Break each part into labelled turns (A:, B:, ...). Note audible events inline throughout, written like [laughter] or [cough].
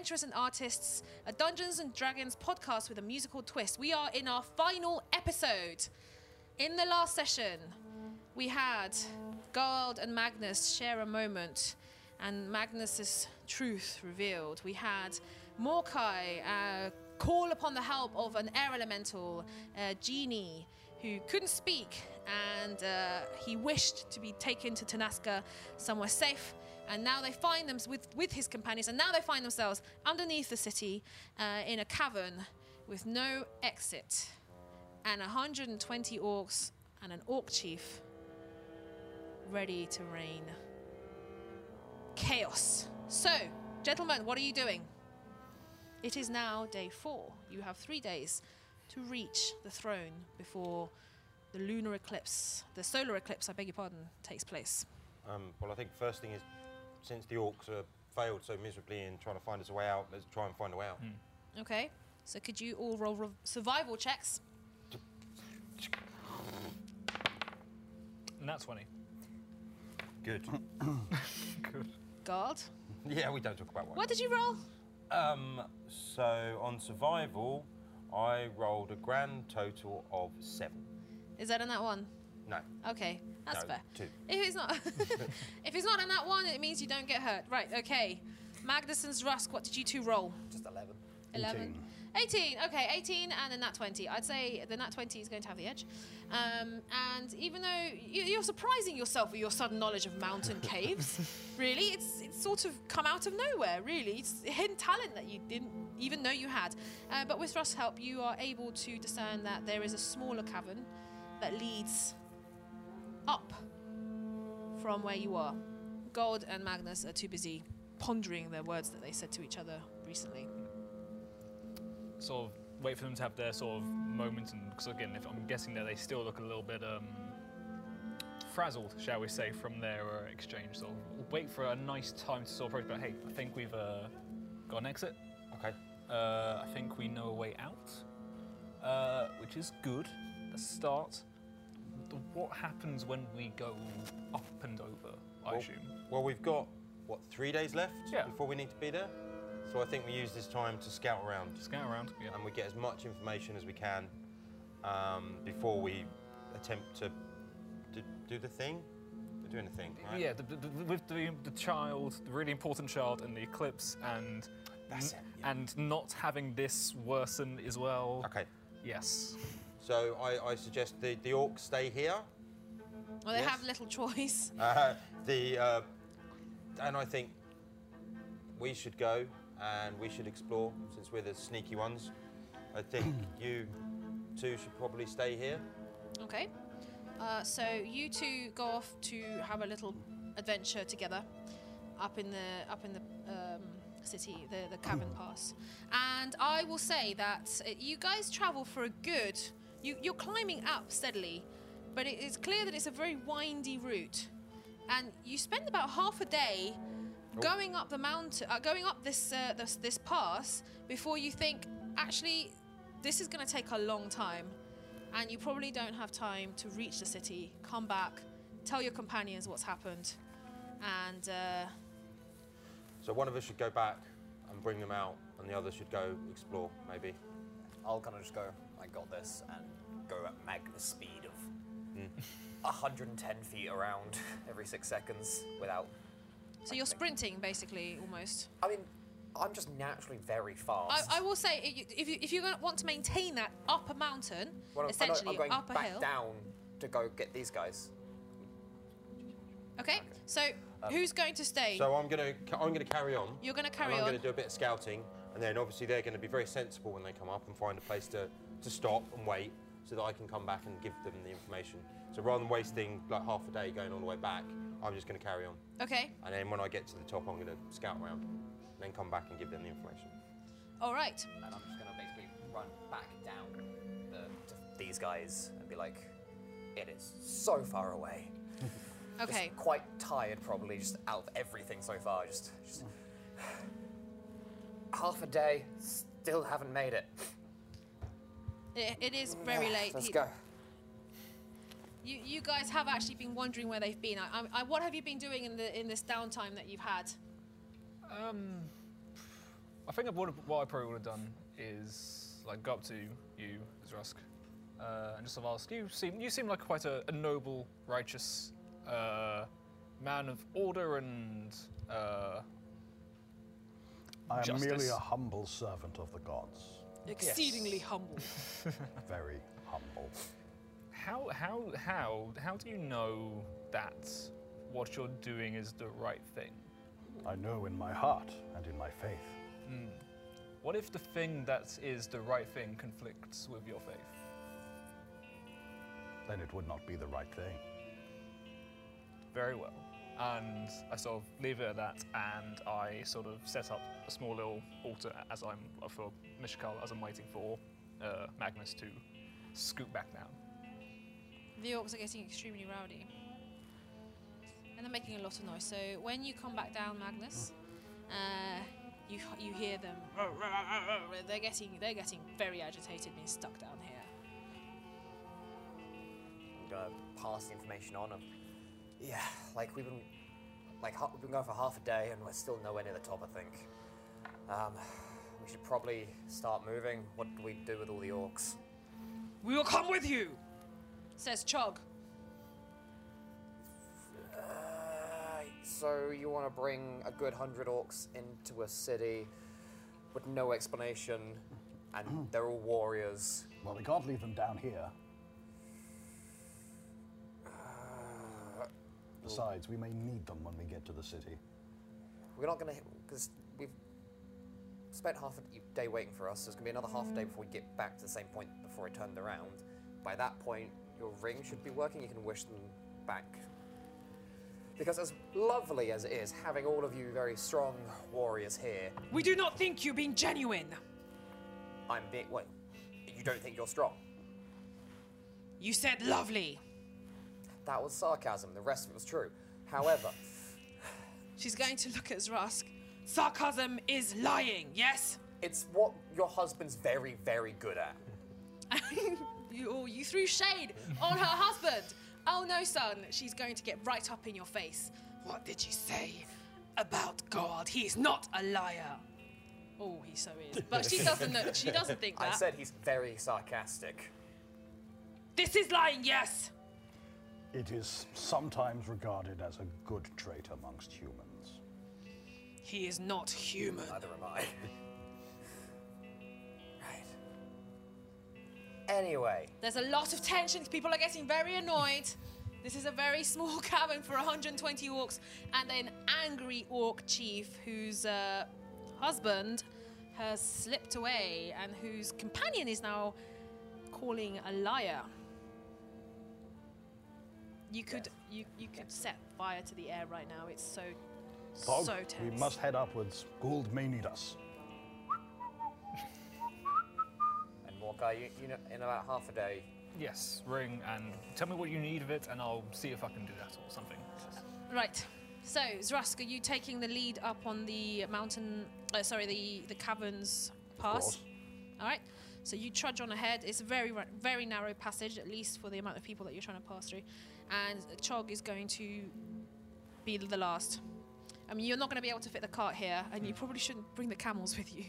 A: Adventurers and Artists, a Dungeons and Dragons podcast with a musical twist. We are in our final episode. In the last session, we had Gold and Magnus share a moment and Magnus's truth revealed. We had Morkai uh, call upon the help of an air elemental, uh, Genie, who couldn't speak and uh, he wished to be taken to Tanaska somewhere safe. And now they find them with, with his companions, and now they find themselves underneath the city uh, in a cavern with no exit and 120 orcs and an orc chief ready to reign chaos. So, gentlemen, what are you doing? It is now day four. You have three days to reach the throne before the lunar eclipse, the solar eclipse, I beg your pardon, takes place.
B: Um, well, I think first thing is, since the orcs uh, failed so miserably in trying to find us a way out, let's try and find a way out.
C: Hmm.
A: Okay, so could you all roll rev- survival checks?
C: And that's 20.
B: Good.
C: Good.
A: God.
B: [laughs] yeah, we don't talk about one.
A: What did you roll?
B: Um, so on survival, I rolled a grand total of seven.
A: Is that on that one?
B: No,
A: Okay, that's
B: No,
A: fair.
B: two.
A: If it's not, [laughs] if it's not on that one, it means you don't get hurt. Right. Okay. Magnuson's Rusk. What did you two roll?
D: Just 11.
A: 11. 18. Okay, 18 and a nat 20. I'd say the nat 20 is going to have the edge. Um, and even though you, you're surprising yourself with your sudden knowledge of
B: [laughs]
A: mountain caves, really, it's, it's sort of come out of nowhere, really. It's a hidden talent that you didn't even know you had. Uh, but with Russ' help, you are able to discern that there is a smaller cavern that leads up from where you are. Gold and Magnus are too busy pondering their words that they said to each other recently.
C: Sort of wait for them to have their sort of moment, and because again, if I'm guessing that they still look a little bit um, frazzled, shall we say, from their uh, exchange. So we'll wait for a nice time to sort of approach. But hey, I think we've uh, got an exit.
B: Okay.
C: Uh, I think we know a way out, uh, which is good. Let's start. Th- What happens when we go up and over? I
B: Well-
C: assume.
B: Well, we've got what three days left
C: Yeah.
B: before we need to be there. So I think we use this time to scout around
C: Scan around. Yeah.
B: and we get as much information as we can um, before we attempt to do, do the thing. We're doing the thing, right?
C: Yeah, the, the, the- with the, the child, the really important child, and the eclipse, and
B: That's it, yeah.
C: and not having this worsen as well.
B: Okay.
C: Yes.
B: So I, I suggest the, the orcs stay here.
A: Well, they
B: Yes.
A: have little [laughs] choice.
B: Uh, the uh, and I think we should go and we should explore since we're the sneaky ones. I think you two should probably stay here.
A: Okay. Uh, so you two go off to have a little adventure together up in the up in the um, city, the the cavern pass. And I will say that uh, you guys travel for a good. You, you're climbing up steadily, but it is clear that it's a very windy route, and you spend about half a day going up the mountain, uh, going up this, uh, this this pass before you think actually this is going to take a long time and you probably don't have time to reach the city. Come back, tell your companions what's happened, and uh,
B: So one of us should go back and bring them out, and the other should go explore maybe.
D: I'll kind of just go, I got this, and go at Magnus speed of [laughs] 110 feet around [laughs] every six seconds without.
A: so you're sprinting basically almost.
D: I mean, I'm just naturally very
A: I,
D: fast.
A: I will say if you, if you if you gonna want to maintain that up a mountain,
D: Well, I'm- I know,
A: essentially
D: I'm going
A: up a
D: back
A: hill.
D: down to go get these guys.
A: Okay, so
D: Um,
A: who's going to stay?
B: So I'm gonna ca- I'm gonna carry on.
A: You're gonna
B: and
A: carry
B: I'm
A: on.
B: gonna do a bit of scouting, and then obviously they're gonna be very sensible when they come up and find a place to, to stop and wait, so that I can come back and give them the information. So rather than wasting like half a day going all the way back, I'm just gonna carry on.
A: okay,
B: And then when I get to the top, I'm gonna scout around, and then come back and give them the information.
A: all right.
D: And I'm just gonna basically run back down the, to these guys and be like, it is so far away.
A: Okay.
D: Just quite tired, probably, just out of everything so far. Just, just [sighs] half a day, still haven't made it.
A: It, it is very late.
D: Let's
A: He-
D: go.
A: You, you guys have actually been wondering where they've been. I, I, I, what have you been doing in the in this downtime that you've had?
C: Um, I think I would what I probably would have done is like go up to you, Zrusk, uh, and just sort of ask you seem you seem like quite a, a noble, righteous uh, man of order and uh,
E: I am merely
C: Justice.
E: a humble servant of the gods.
A: Exceedingly humble.
E: Very humble.
C: how how how how do you know that what you're doing is the right thing?
E: I know in my heart and in my faith.
C: What if the thing that is the right thing conflicts with your faith?
E: Then it would not be the right thing.
C: very well. And I sort of leave it at that, and I sort of set up a small little altar as I'm for Mishkal as I'm waiting for uh, Magnus to scoot back down.
A: the orcs are getting extremely rowdy. And they're making a lot of noise. So when you come back down, Magnus, uh, you you hear them. They're getting they're getting very agitated, being stuck down here.
D: and uh, pass the information on. And yeah, like we've been, like ha- we've been going for half a day, and we're still nowhere near the top. I think. Um, we should probably start moving. What do we do with all the orcs?
A: We will come with you, says Chog.
D: Uh, so you want to bring a good hundred orcs into a city with no explanation, and they're all warriors.
E: Well, we can't leave them down here.
A: Uh,
E: Besides, we may need them when we get to the city.
D: We're not gonna, because we've spent half a day waiting for us. So it's gonna be another half a day before we get back to the same point before I turned around. By that point, your ring should be working. You can wish them back. Because as lovely as it is having all of you very strong warriors here,
A: We do not think you being genuine.
D: I'm being. Wait, you don't think you're strong?
A: You said lovely.
D: That was sarcasm. The rest of it was true. However,
A: She's going to look at Zrask. [laughs] Sarcasm is lying. Yes.
D: it's what your husband's very, very good at.
A: you, oh, you threw shade on her husband. Oh no, son, she's going to get right up in your face. What did you say about God? He's not a liar. Oh, he so is. But she doesn't know. She doesn't think
D: [laughs] I
A: that.
D: said he's very sarcastic.
A: this is lying. Yes.
E: It is sometimes regarded as a good trait amongst humans.
A: He is not human.
D: Neither am I. [laughs] right. Anyway,
A: There's a lot of tension. People are getting very annoyed. This is a very [laughs] small cabin for 120 orcs and an angry orc chief whose uh, husband has slipped away and whose companion is now calling a liar. You could you, you could set fire to the air right now. It's so
E: Pog,
A: so tense.
E: we must head upwards. Gould may need us.
D: and Morkai, you, you know, in about half a day,
C: Yes, ring, and tell me what you need of it, and I'll see if I can do that or something.
A: Right. So, Zrask, are you taking the lead up on the mountain? Uh, sorry, the the caverns pass.
E: course.
A: All right. So you trudge on ahead. It's a very ra- very narrow passage, at least for the amount of people that you're trying to pass through. And Chog is going to be the last. I mean, you're not going to be able to fit the cart here, and
D: Hmm.
A: you probably shouldn't bring the camels with you.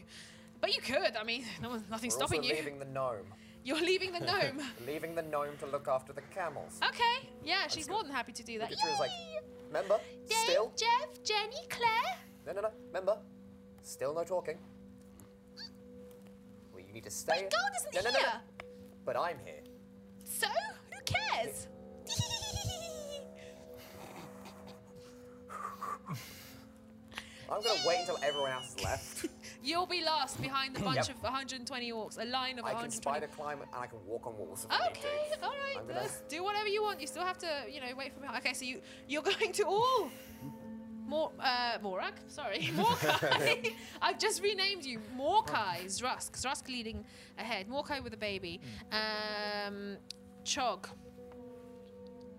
A: But you could. I mean, no one, nothing's
D: we're
A: stopping
D: also
A: you.
D: leaving the gnome,
A: [laughs] You're leaving the
D: [laughs]
A: gnome.
D: leaving the gnome to look after the camels.
A: okay. Yeah, she's
D: go.
A: more than happy to do that.
D: Look at you as like,
A: Yay!
D: remember,
A: Dave,
D: still,
A: Jeff, Jenny, Claire.
D: no, no, no, remember, still no talking. Well, you need to stay.
A: But God isn't
D: no, no, no,
A: here.
D: no, but I'm here.
A: So who
D: [laughs]
A: cares?
D: I'm gonna wait until everyone else
A: [laughs]
D: is left.
A: You'll be last behind the bunch
D: Yep.
A: of 120 orcs, a line of
D: I can
A: 120.
D: spider climb and I can walk on walls if I need
A: Okay,
D: to.
A: all right,
D: I'm gonna-
A: just do whatever you want. You still have to, you know, wait for me. Okay, so you you're [laughs] going to all. Mor, uh, Morag,
D: [laughs]
A: sorry, Morkai. [laughs] I've just renamed you Morkai Zrusk. Zrusk leading ahead. Morkai with a baby.
D: Hmm.
A: Um, Chog.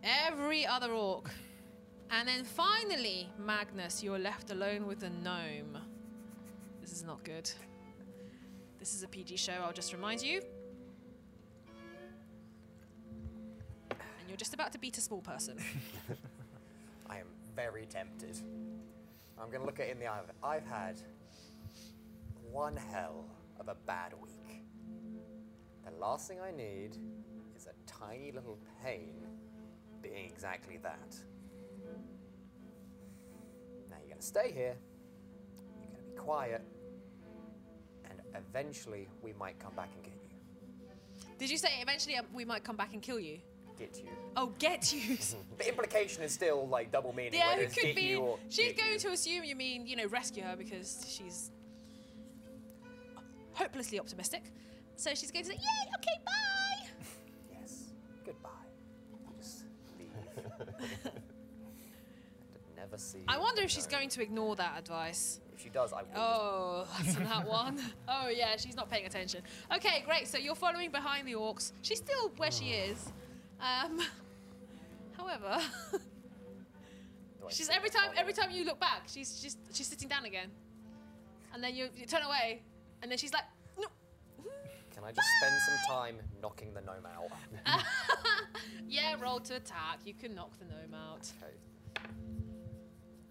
A: Every other orc. And then finally, Magnus, you're left alone with the gnome. This is not good. This is a PG show, I'll just remind you. And you're just about to beat a small person.
D: I am very tempted. I'm going to look it in the eye. of it. I've had one hell of a bad week. The last thing I need is a tiny little pain being exactly that. Now you're going to stay here, you're going to be quiet, and eventually we might come back and get you.
A: Did you say eventually uh, we might come back and kill you?
D: Get you.
A: Oh, get
D: [laughs]
A: you. [laughs]
D: The implication is still like double meaning.
A: yeah,
D: whether
A: it
D: it's
A: could
D: get
A: be.
D: you or
A: She's
D: get
A: going
D: you.
A: to assume you mean, you know, rescue her because she's hopelessly optimistic. So she's going to say, yay, okay, bye.
D: Yes. Goodbye. You just leave. and never see.
A: I
D: you
A: wonder if she's
D: again.
A: going to ignore that advice.
D: If she does, I will. just-
A: Oh, [laughs] that's that one. Oh, yeah, she's not paying attention. Okay, great. So you're following behind the orcs. She's still where
D: [sighs]
A: she is. Um, [laughs] however,
D: do I
A: she's
D: see
A: every
D: her
A: time
D: follow?
A: every time you look back, she's just she's sitting down again, and then you, you turn away, and then she's like, no.
D: Can I just spend
A: Ah!
D: some time knocking the gnome out? [laughs]
A: Yeah, roll to attack. You can knock the gnome out.
D: Okay.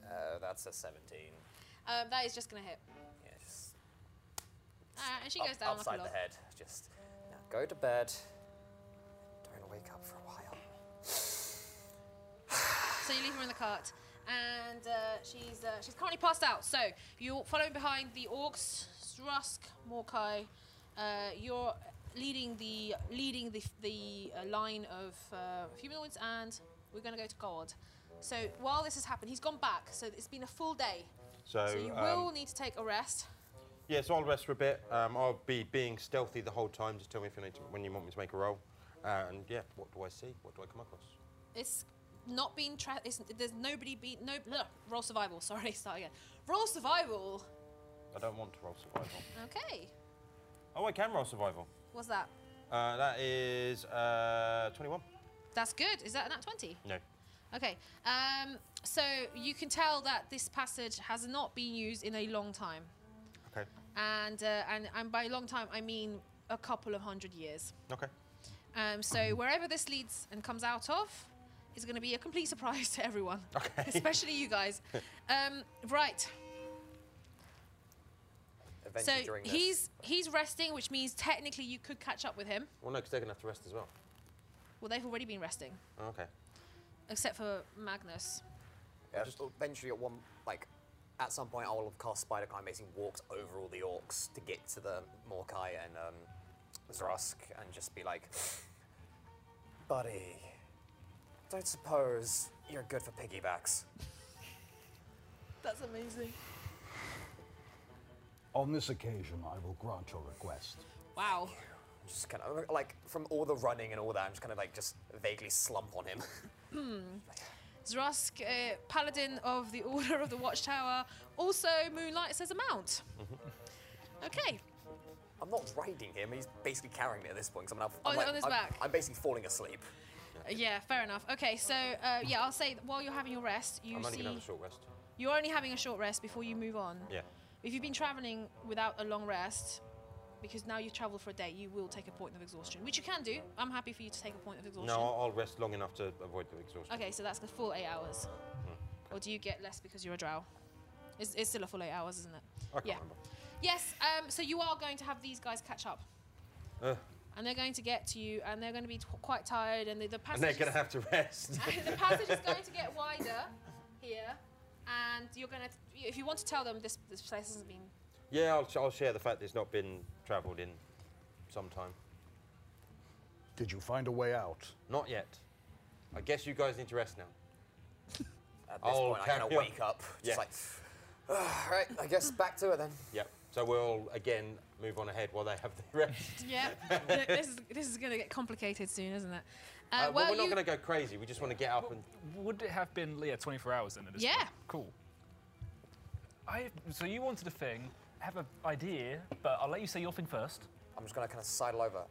D: Uh, that's a 17.
A: Um, that is just gonna hit.
D: Yeah, just
A: Alright, and she
D: up-
A: goes down like
D: upside
A: a
D: the
A: log.
D: head. Just now go to bed. Don't wake up for a while.
A: So you leave her in the cart, and uh, she's uh, she's currently passed out. So you're following behind the orcs, Strusk, Morkai. Uh, you're leading the leading the the uh, line of uh, humanoids, and we're gonna go to God. So while this has happened, he's gone back. So it's been a full day.
B: So,
A: So you
B: um,
A: will need to take a rest.
B: yeah, so I'll rest for a bit. Um, I'll be being stealthy the whole time. Just tell me if you need to, when you want me to make a roll. Uh, and yeah, what do I see? What do I come across?
A: It's not been tra- it's, there's nobody be no ugh, roll survival. [laughs] Sorry, start again. Roll survival.
B: I don't want to roll survival.
A: Okay,
B: Oh, I can roll survival.
A: what's that?
B: Uh, that is uh, 21.
A: That's good. Is that an at twenty?
B: No.
A: Okay. Um, so you can tell that this passage has not been used in a long time,
B: Okay.
A: and uh, and and by long time I mean a couple of hundred years.
B: Okay.
A: Um, so wherever this leads and comes out of is going to be a complete [laughs] surprise to everyone,
B: Okay.
A: [laughs] especially you guys. Um, right.
D: Eventually
A: so
D: during this.
A: he's he's resting, which means technically you could catch up with him.
B: Well, no, because they're going to have to rest as well.
A: Well, they've already been resting,
B: Oh, okay.
A: except for Magnus.
D: Yeah, just eventually at one like at some point I will have cast spider climb basically walks over all the orcs to get to the Morkai and um Zrusk and just be like Buddy Don't suppose you're good for piggybacks.
A: That's amazing.
E: On this occasion, I will grant your request.
A: Wow.
D: I'm just kind of like from all the running and all that, I'm just kind of like just vaguely slump on him. [laughs]
A: Zrusk, uh, paladin of the Order of the Watchtower, also moonlights as a mount.
B: Mm-hmm.
A: Okay.
D: I'm not riding him; he's basically carrying me at this point. 'cause I'm, now-
A: Oh,
D: I'm
A: he's
D: like-
A: on his
D: I'm-
A: back.
D: I'm basically falling asleep.
A: Yeah, fair enough. Okay, so uh, yeah, I'll say that while you're having your rest, you
B: I'm only
A: see
B: going to have a short rest.
A: you're only having a short rest before you move on.
B: Yeah.
A: If you've been traveling without a long rest, because now you've traveled for a day, you will take a point of exhaustion, which you can do. I'm happy for you to take a point of exhaustion.
B: No, I'll I'll rest long enough to avoid the exhaustion.
A: Okay, so that's the full eight hours.
B: Hmm.
A: Or do you get less because you're a drow? It's, it's still a full eight hours, isn't it?
B: I can't
A: yeah.
B: remember.
A: Yes, um, so you are going to have these guys catch up.
B: Uh,
A: and they're going to get to you, and they're going to be t- quite tired, and the, the
B: and
A: passage.
B: they're going to
A: is-
B: have to rest. [laughs]
A: [laughs] the passage is going to get wider here, and you're going to. If you want to tell them this, this place hasn't been.
B: yeah, I'll, sh- I'll share the fact that it's not been travelled in some time.
E: Did you find a way out?
B: Not yet. I guess you guys need to rest now.
D: At this
B: Oh,
D: point, I kind of
B: carry on.
D: wake up, just
B: Yeah.
D: like, [sighs] all right, I guess back to it then.
B: Yep. So we'll again move on ahead while they have their [laughs] rest.
A: Yeah, th- this is this is going to get complicated soon, isn't it? Uh,
B: Uh, well, we're not
A: you-
B: going to go crazy. We just want to get up and.
C: Would it have been yeah, 24 hours then at this
A: Yeah.
C: point? Cool. I so you wanted a thing, I have an idea, but I'll let you say your thing first.
D: I'm just gonna kind of sidle over.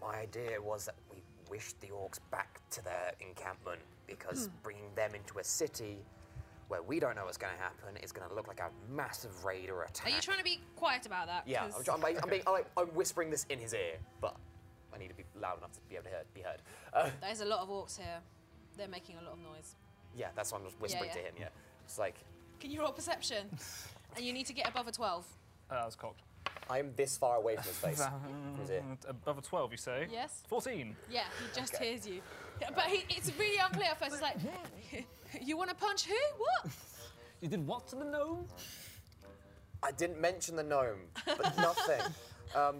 D: My idea was that we wished the orcs back to their encampment
A: Hmm.
D: because bringing them into a city where we don't know what's gonna happen is gonna look like a massive raid or attack.
A: Are you trying to be quiet about that?
D: Yeah, I'm,
A: 'Cause-
D: try- I'm, being- I'm, being, I'm, like, I'm whispering this in his ear, but I need to be loud enough to be able to hear, be heard. Uh,
A: There's a lot of orcs here. They're making a lot of noise.
D: yeah, that's why I'm just whispering
A: yeah.
D: to him. Yeah, it's like
B: [laughs]
A: Can you roll perception? and you need to get above a twelve.
C: Uh, that was cocked.
D: I am this far away from
A: [laughs]
D: his face. Is it?
C: Above a 12, you say?
A: Yes.
C: 14.
A: Yeah, he just hears you. Yeah, But he, it's really unclear at first. It's like, [laughs] you want to punch who? What?
F: You did what to the gnome?
D: I didn't mention the gnome, but nothing. Um,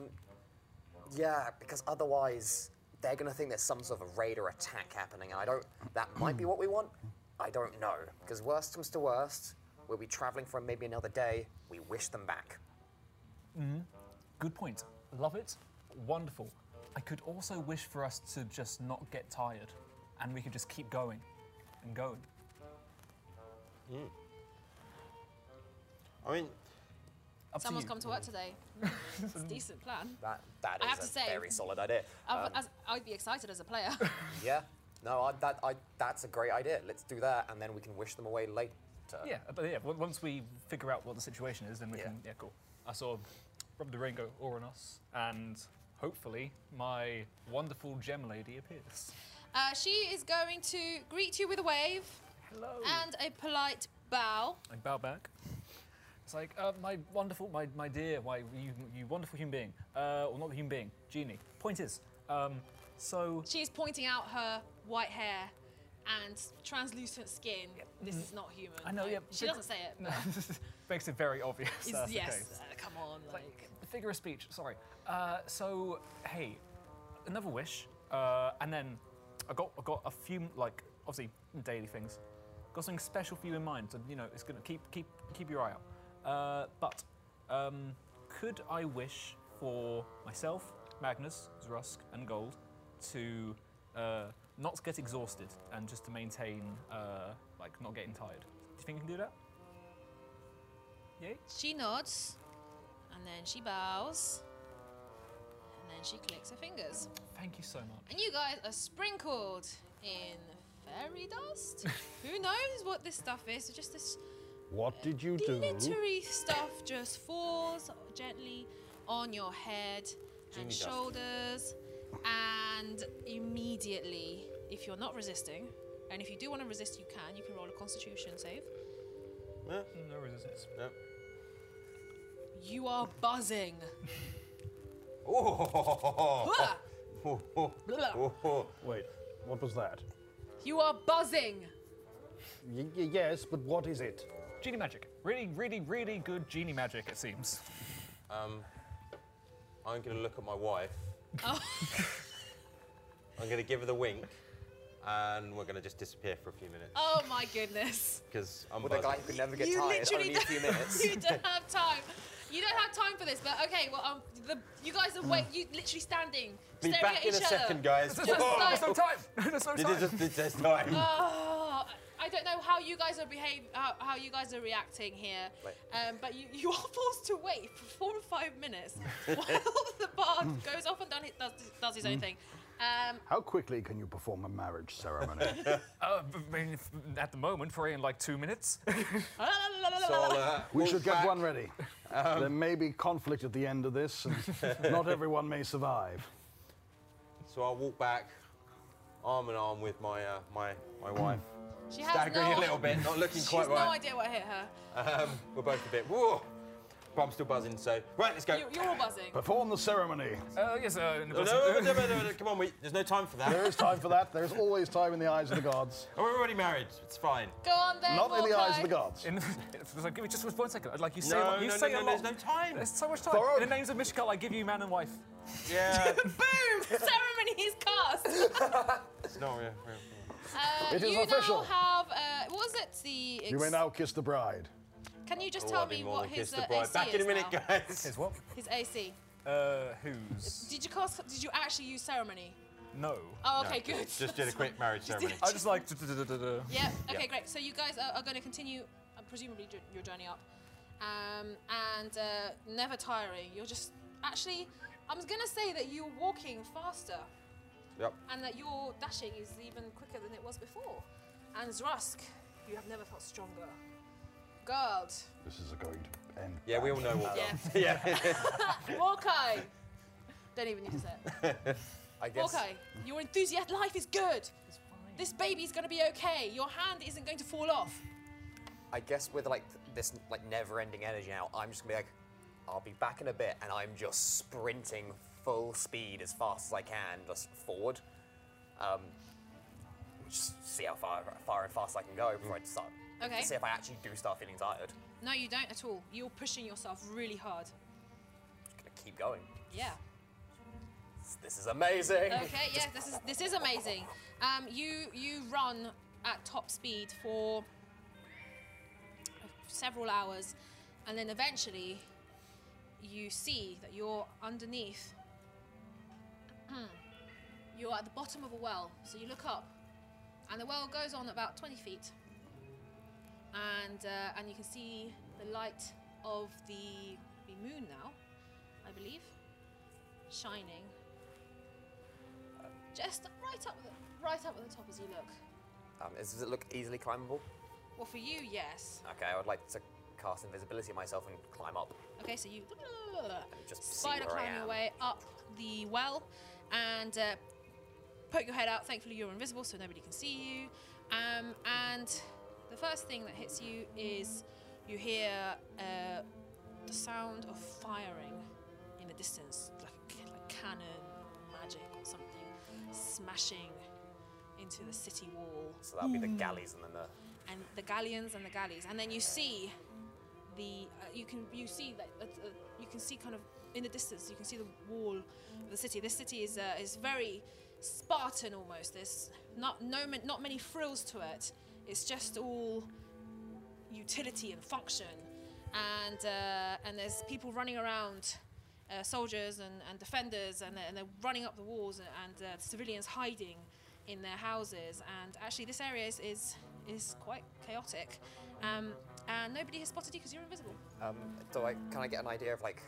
D: yeah, because otherwise they're going to think there's some sort of a raid or attack happening, and I don't. That might be what we want. I don't know. Because worst comes to worst, we'll be traveling for maybe another day. We wish them back.
F: Good point. Love it. Wonderful. I could also wish for us to just not get tired and we could just keep going and going.
B: I mean,
F: Up to
A: Someone's
F: you.
A: come to work today. It's a decent plan.
D: That that
A: I
D: is
A: have
D: a
A: to say-
D: very solid idea.
A: I,
D: Um,
A: would- as, I'd be excited as a player.
D: yeah. No, I, that I, that's a great idea. Let's do that, and then we can wish them away later.
C: Yeah, but yeah, on- once we figure out what the situation is, then we
D: Yeah.
C: can. Yeah, cool. I saw rub the Ringo Oranos, and hopefully my wonderful gem lady appears.
A: Uh, she is going to greet you with a wave
C: Hello.
A: and a polite bow.
C: I bow back. It's like, uh, my wonderful, my, my dear, why you, you wonderful human being. Uh, well, not human being, genie. Point is, um, so
A: She's pointing out her white hair and translucent skin. This is not human.
C: I know,
A: Like,
C: yeah,
A: She
C: fig-
A: doesn't say it.
C: No, [laughs] makes it very obvious.
A: It's-
C: that's the
A: yes,
C: case.
A: uh, come on. Like,
C: Like, figure of speech, sorry. Uh, so, hey, another wish, uh, and then I got I got a few like obviously daily things. Got something special for you in mind, so you know it's gonna keep keep keep your eye out. Uh, but um, could I wish for myself, Magnus, Zrusk, and Gold to uh, not get exhausted and just to maintain uh, like not getting tired? Do you think you can do that? Yay.
A: she nods and then she bows and then she clicks her fingers.
C: Thank you so much.
A: And you guys are sprinkled in fairy
B: [laughs]
A: dust. Who knows what this stuff is? So just this
E: What did you do?
A: glittery stuff just falls gently on your head and shoulders. And immediately, if you're not resisting, and if you do want to resist, you can. You can roll a constitution save.
C: No resistance.
B: no. [laughs]
A: You are buzzing.
B: Oh,
A: Blah!
B: oh,
A: Blah!
B: oh, oh.
E: Wait, what was that?
A: You are buzzing. [laughs]
E: Y- y- yes, but what is it?
C: Genie magic. Really, really, really good genie magic, it seems.
B: Um, I'm going to look at my wife.
A: Oh,
B: I'm going to give her the wink, and we're going to just disappear for a few minutes
A: Oh my goodness.
B: because I'm
D: With a guy
B: buzzing.
D: who could never get
A: you
D: tired,
A: literally
D: only a few
A: don't- [laughs]
D: minutes.
A: you don't have time. You don't have time for this, but okay. Well, um, the, you guys are wait. You literally standing,
B: Mm. Be
A: staring
B: back
A: at
B: in
A: each
B: a
A: other.
B: second, guys.
A: Just like-
C: no time! [laughs] There's no
B: It
C: time!
B: is Oh! just it's just time.
A: Oh, I don't know how you guys are behave, how, how you guys are reacting here,
D: Right.
A: um, but you, you are forced to wait for four or five
B: [laughs]
A: minutes while the bard
B: Mm.
A: goes off and done his, does, does his own thing. Um, [laughs]
E: How quickly can you perform a marriage [laughs] ceremony?
C: Uh, I mean, if- at the moment, probably in like two minutes. [laughs]
A: la, la, la, la, la,
B: So
A: la,
B: I'll,
A: la.
B: uh,
E: we
B: walk
E: should get
B: back.
E: one ready. there may be conflict at the end of this, [laughs] and not everyone may survive.
B: So I'll walk back, arm in arm with my uh, my my
A: [clears throat]
B: wife,
A: she has
B: staggering
A: no,
B: a little bit, not looking
A: She's
B: quite
A: no
B: right.
A: idea what hit her.
B: Um, we're both a bit whoa, but I'm still buzzing. So right, let's go.
A: You, you're all buzzing.
E: Perform the ceremony.
C: Uh, yes, uh,
B: No, no, no, no, no, no, come on, we, there's no time for
E: There
B: that.
E: is time for that. There is always time in the eyes of the gods.
B: We're already married. It's fine.
A: Go on then.
E: Not in the eyes of
A: Hawkeye.
E: the
C: [laughs]
E: gods.
C: in, it's like, give me just one second. I'd Like you say, a
B: No,
C: lot- you
B: no,
C: say
B: no,
C: a
B: no,
C: lot.
B: there's no time.
C: There's so much time.
E: Thorough.
C: In the names of Mishkal, I give you man and wife.
B: Yeah,
A: [laughs]
B: [laughs]
A: Boom! Ceremony is cast.
B: it's not real. real.
A: Uh,
E: It is
A: you
E: official.
A: now have. Uh, what was it? The. Ex-
E: You may now kiss the bride.
A: Can you just
B: Oh,
A: tell
B: I've been
A: me
B: more
A: what
B: than kissed
A: his
B: the
A: uh,
B: bride.
A: AC
B: Back
A: is
B: in a minute,
A: now?
B: guys.
C: what?
A: His AC.
C: Uh, whose?
A: Did you cast? Did you actually use ceremony?
C: No.
A: Oh, okay, good.
B: Just did a quick marriage ceremony.
C: I just like. duh-duh-duh-duh-duh.
A: [laughs] Yeah. Okay, great. So you guys are, are going to continue, uh, presumably jo- your journey up, um, and uh, never tiring. You're just actually. I'm going to say that you're walking faster,
B: Yep.
A: and that your dashing is even quicker than it was before. And Zrusk, you have never felt stronger. God.
E: This is going to end.
B: Yeah, we all know
D: Um,
B: what.
A: Yeah.
B: Yeah.
A: Walkai. Don't even need to say it.
D: I guess.
A: Walkai, your enthusiastic life is good. This baby's gonna be okay. Your hand isn't going to fall off.
D: I guess with like this like never-ending energy now, I'm just gonna be like, I'll be back in a bit, and I'm just sprinting full speed as fast as I can, just forward. Um, just see how far, far and fast I can go before I start.
A: Okay.
D: See if I actually do start feeling tired.
A: No, you don't at all. You're pushing yourself really hard.
D: Just gonna keep going.
A: Yeah.
D: This is amazing.
A: Okay, yeah, this is this is amazing. Um, you you run at top speed for several hours, and then eventually you see that you're underneath. [clears throat] you're at the bottom of a well, so you look up, and the well goes on about 20 feet, and uh, and you can see the light of the, the moon now, I believe, shining just right up, the, right up at the top as you look.
D: Um, is, does it look easily climbable?
A: Well, for you, yes.
D: Okay, I would like to cast invisibility on myself and climb up.
A: Okay, so you
D: Just see
A: spider
D: where I
A: climb your
D: am.
A: way up the well and uh, poke your head out. Thankfully, you're invisible, so nobody can see you. Um, and the first thing that hits you is you hear uh, the sound of firing in the distance, like, like cannon, magic, or something smashing into the city wall.
D: So that'll be the
A: Hmm.
D: galleys and then the.
A: and the galleons and the galleys, and then you see the uh, you can you see that uh, uh, you can see kind of in the distance you can see the wall of the city. This city is uh, is very Spartan almost. There's not no ma- not many frills to it. It's just all utility and function, and uh, and there's people running around. Uh, soldiers and, and defenders, and they're, and they're running up the walls, and, and uh, civilians hiding in their houses. And actually, this area is is, is quite chaotic, um, and nobody has spotted you because you're invisible.
D: Um, do I, can I get an idea of like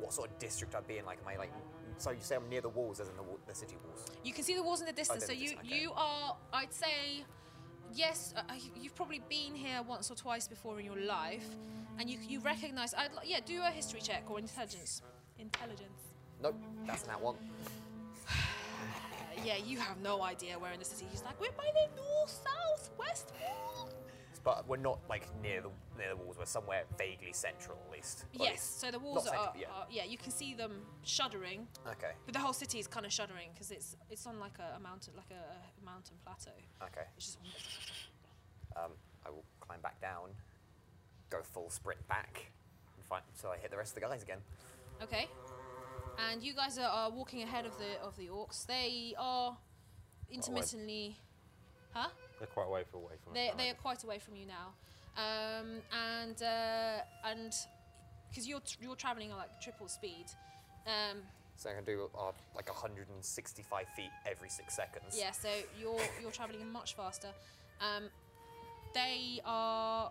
D: what sort of district I'd be in? Like, am I like? So you say I'm near the walls, as in the, wa- the city walls.
A: You can see the walls in the distance.
D: they're
A: so
D: in the
A: you
D: distance, okay.
A: you are, I'd say, yes, uh, uh, you- you've probably been here once or twice before in your life, and you you recognise. I'd li- yeah, do a history check or intelligence. Intelligence.
D: Nope, that's not one.
A: Uh, yeah, you have no idea where in the city. He's like, we're by the north, south, west wall.
D: But we're not like near the near the walls. We're somewhere vaguely central, at least. Or at
A: Yes,
D: least-
A: so the walls
D: not
A: are,
D: central, yeah.
A: are yeah. You can see them shuddering,
D: Okay.
A: but the whole city is kind of shuddering because it's it's on like a, a mountain like a, a mountain plateau.
D: Okay.
A: It's just [laughs]
D: Um, I will climb back down, go full sprint back, and find, so I hit the rest of the guys again.
A: Okay. And you guys are, are walking ahead of the of the orcs. They are intermittently, huh?
B: They're quite away for away from
A: They
B: us.
A: they are
B: aren't
A: quite away from you now, um, and uh, and because you're tr- you're traveling at like triple speed. Um,
D: So I can do uh, like 165 feet every six seconds.
A: yeah, so you're you're traveling much faster. Um, they are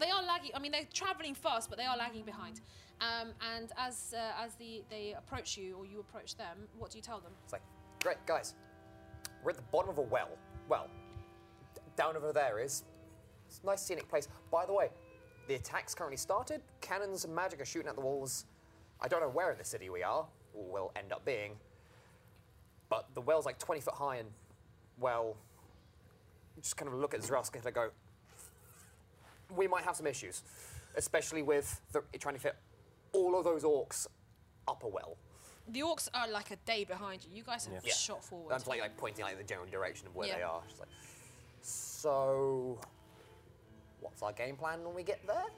A: they are lagging. I mean, they're traveling fast, but they are lagging behind. Um, and as uh, as the they approach you or you approach them, what do you tell them?
D: It's like, great, guys, we're at the bottom of a well. Well, d- down over there is. It's a nice scenic place. By the way, the attack's currently started. Cannons and magic are shooting at the walls. I don't know where in the city we are, or will end up being, but the well's like 20 foot high and, well, you just kind of look at Zrask and I go, we might have some issues, especially with the, trying to fit all of those orcs up a well.
A: The orcs are like a day behind you. You guys have
D: Yeah.
A: shot forward.
D: I'm like, like pointing like the general direction of where they
A: Yeah.
D: are. She's like, so, what's our game plan when we get there?
B: we?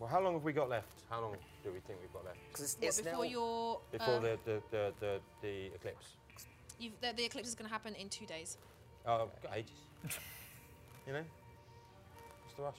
B: Well, how long have we got left? How long do we think we've got left?
D: Because
A: What,
D: it's
A: before
D: now.
A: your
B: Before
A: um,
B: the, the, the, the, the eclipse?
A: you've, the, the eclipse is going to happen in two days.
B: Oh, I've got ages.
A: [laughs]
B: you know? What's the rush?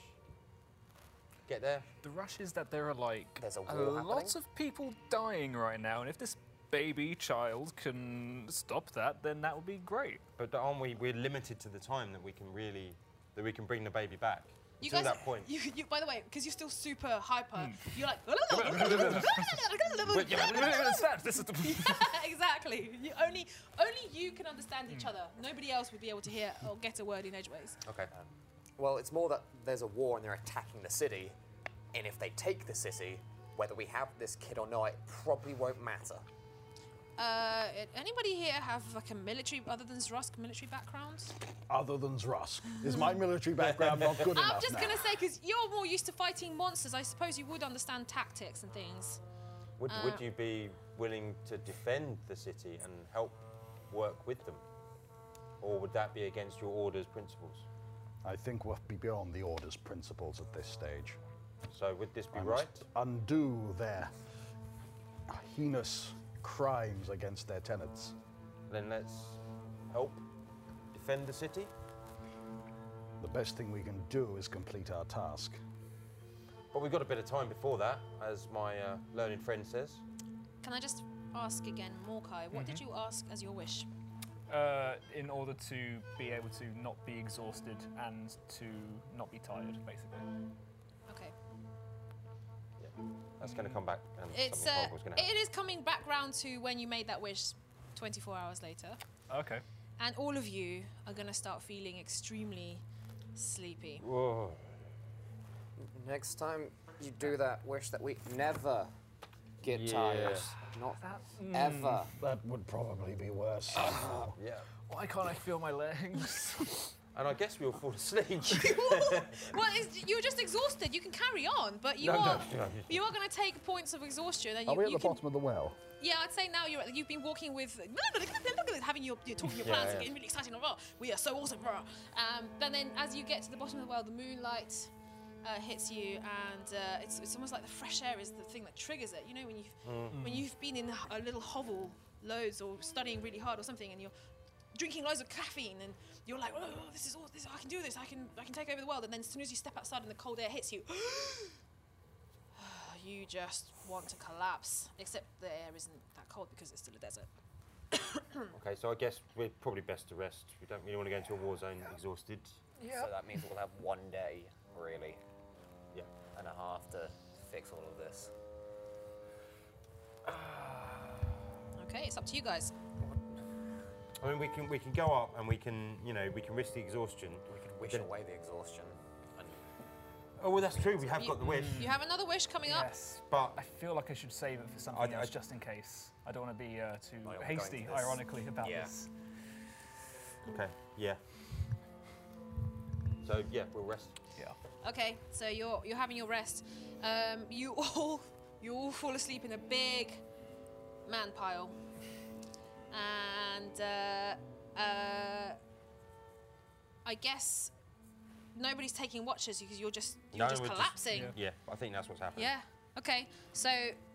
B: Get there.
C: The rush is that there are like
D: There's a
C: a
D: war
C: lot
D: happening.
C: of people dying right now, and if this baby child can stop that, then that would be great.
B: But aren't we? We're limited to the time that we can really, that we can bring the baby back.
A: You
B: Until
A: guys,
B: that point.
A: [laughs] You, you, by the way, because you're still super hyper,
D: Hmm.
A: you're
D: [laughs]
A: like [laughs]
C: [laughs] this is
A: [laughs] exactly. You only only you can understand
E: Hmm.
A: each other. Nobody else would be able to hear or get a word in edgeways.
B: okay.
D: Well, it's more that there's a war and they're attacking the city, and if they take the city, whether we have this kid or not, it probably won't matter.
A: Uh, anybody here have like a military, other than Zrosk, military background?
E: Other than Zrusk. Is my military background not good enough
A: I'm just
E: now?
A: gonna say because you're more used to fighting monsters. I suppose you would understand tactics and things.
B: Would,
A: Uh.
B: would you be willing to defend the city and help work with them? Or would that be against your order's principles?
E: I think we're beyond the order's principles at this stage.
B: So would this be
E: I
B: right?
E: must undo their heinous crimes against their tenants.
B: Then let's help defend the city.
E: The best thing we can do is complete our task.
B: But we've got a bit of time before that, as my uh, learned friend says.
A: Can I just ask again, Morkai? What did
E: Mm-hmm.
A: you ask as your wish?
C: Uh, in order to be able to not be exhausted and to not be tired, basically.
A: Okay,
B: Yeah. That's going to come back and
A: it's
B: something
A: uh,
B: horrible's going to happen.
A: it is coming back round to when you made that wish, 24 hours later,
C: Okay.
A: and all of you are gonna start feeling extremely sleepy.
B: Whoa.
D: Next time you do that, wish that we never get
B: Yeah.
D: tired. Not
A: mm.
D: ever.
E: That would probably be worse.
B: Yeah.
F: Why can't I feel
C: [laughs]
F: my legs?
B: And I guess we'll
A: [laughs]
B: fall asleep.
A: well, it's, you're just exhausted. You can carry on, but you
B: No, [laughs] no,
A: are
B: no.
A: you are gonna take points of exhaustion, and you,
E: Are we at
A: you
E: the
A: can
E: bottom of the well?
A: Yeah, I'd say now you're you've been walking with [laughs] look at them, look at them, having your you're talking your
B: Yeah,
A: plans
B: yeah.
A: and getting really exciting. Rah, we are so awesome, rah. Um, and then as you get to the bottom of the well, the moonlight uh, hits you, and uh, it's it's almost like the fresh air is the thing that triggers it. You know when you've
B: Mm.
A: when you've been in a little hovel loads or studying really hard or something, and you're drinking loads of caffeine and you're like oh, this is all this i can do this i can i can take over the world and then as soon as you step outside and the cold air hits you [gasps] you just want to collapse except the air isn't that cold because it's still a desert
B: okay, so I guess we're probably best to rest. We don't really want to go into a war zone exhausted.
G: So that means we'll have one day, really,
B: Yeah.
G: and a half to fix all of this.
A: okay it's up to you guys
B: I mean, we can we can go up and we can you know we can risk the exhaustion.
D: We can wish
B: Then-
D: away the exhaustion.
B: Oh well, that's true. We have
A: You-
B: got the wish,
A: you have another wish coming up
F: yes.
B: but
F: I feel like I should save it for something
B: I-
F: else just in case. I don't want to be uh, too
D: we're going
F: hasty,
D: to this.
F: ironically, about
G: Yeah.
F: this.
B: okay, yeah. So yeah, we'll rest.
F: Yeah.
A: okay so you're you're having your rest um, you [laughs] all you all fall asleep in a big man pile and uh, uh, i guess nobody's taking watches because you're just you're
B: No,
A: just
B: we're just-
A: collapsing
B: Yeah, I think that's what's happening.
A: yeah okay so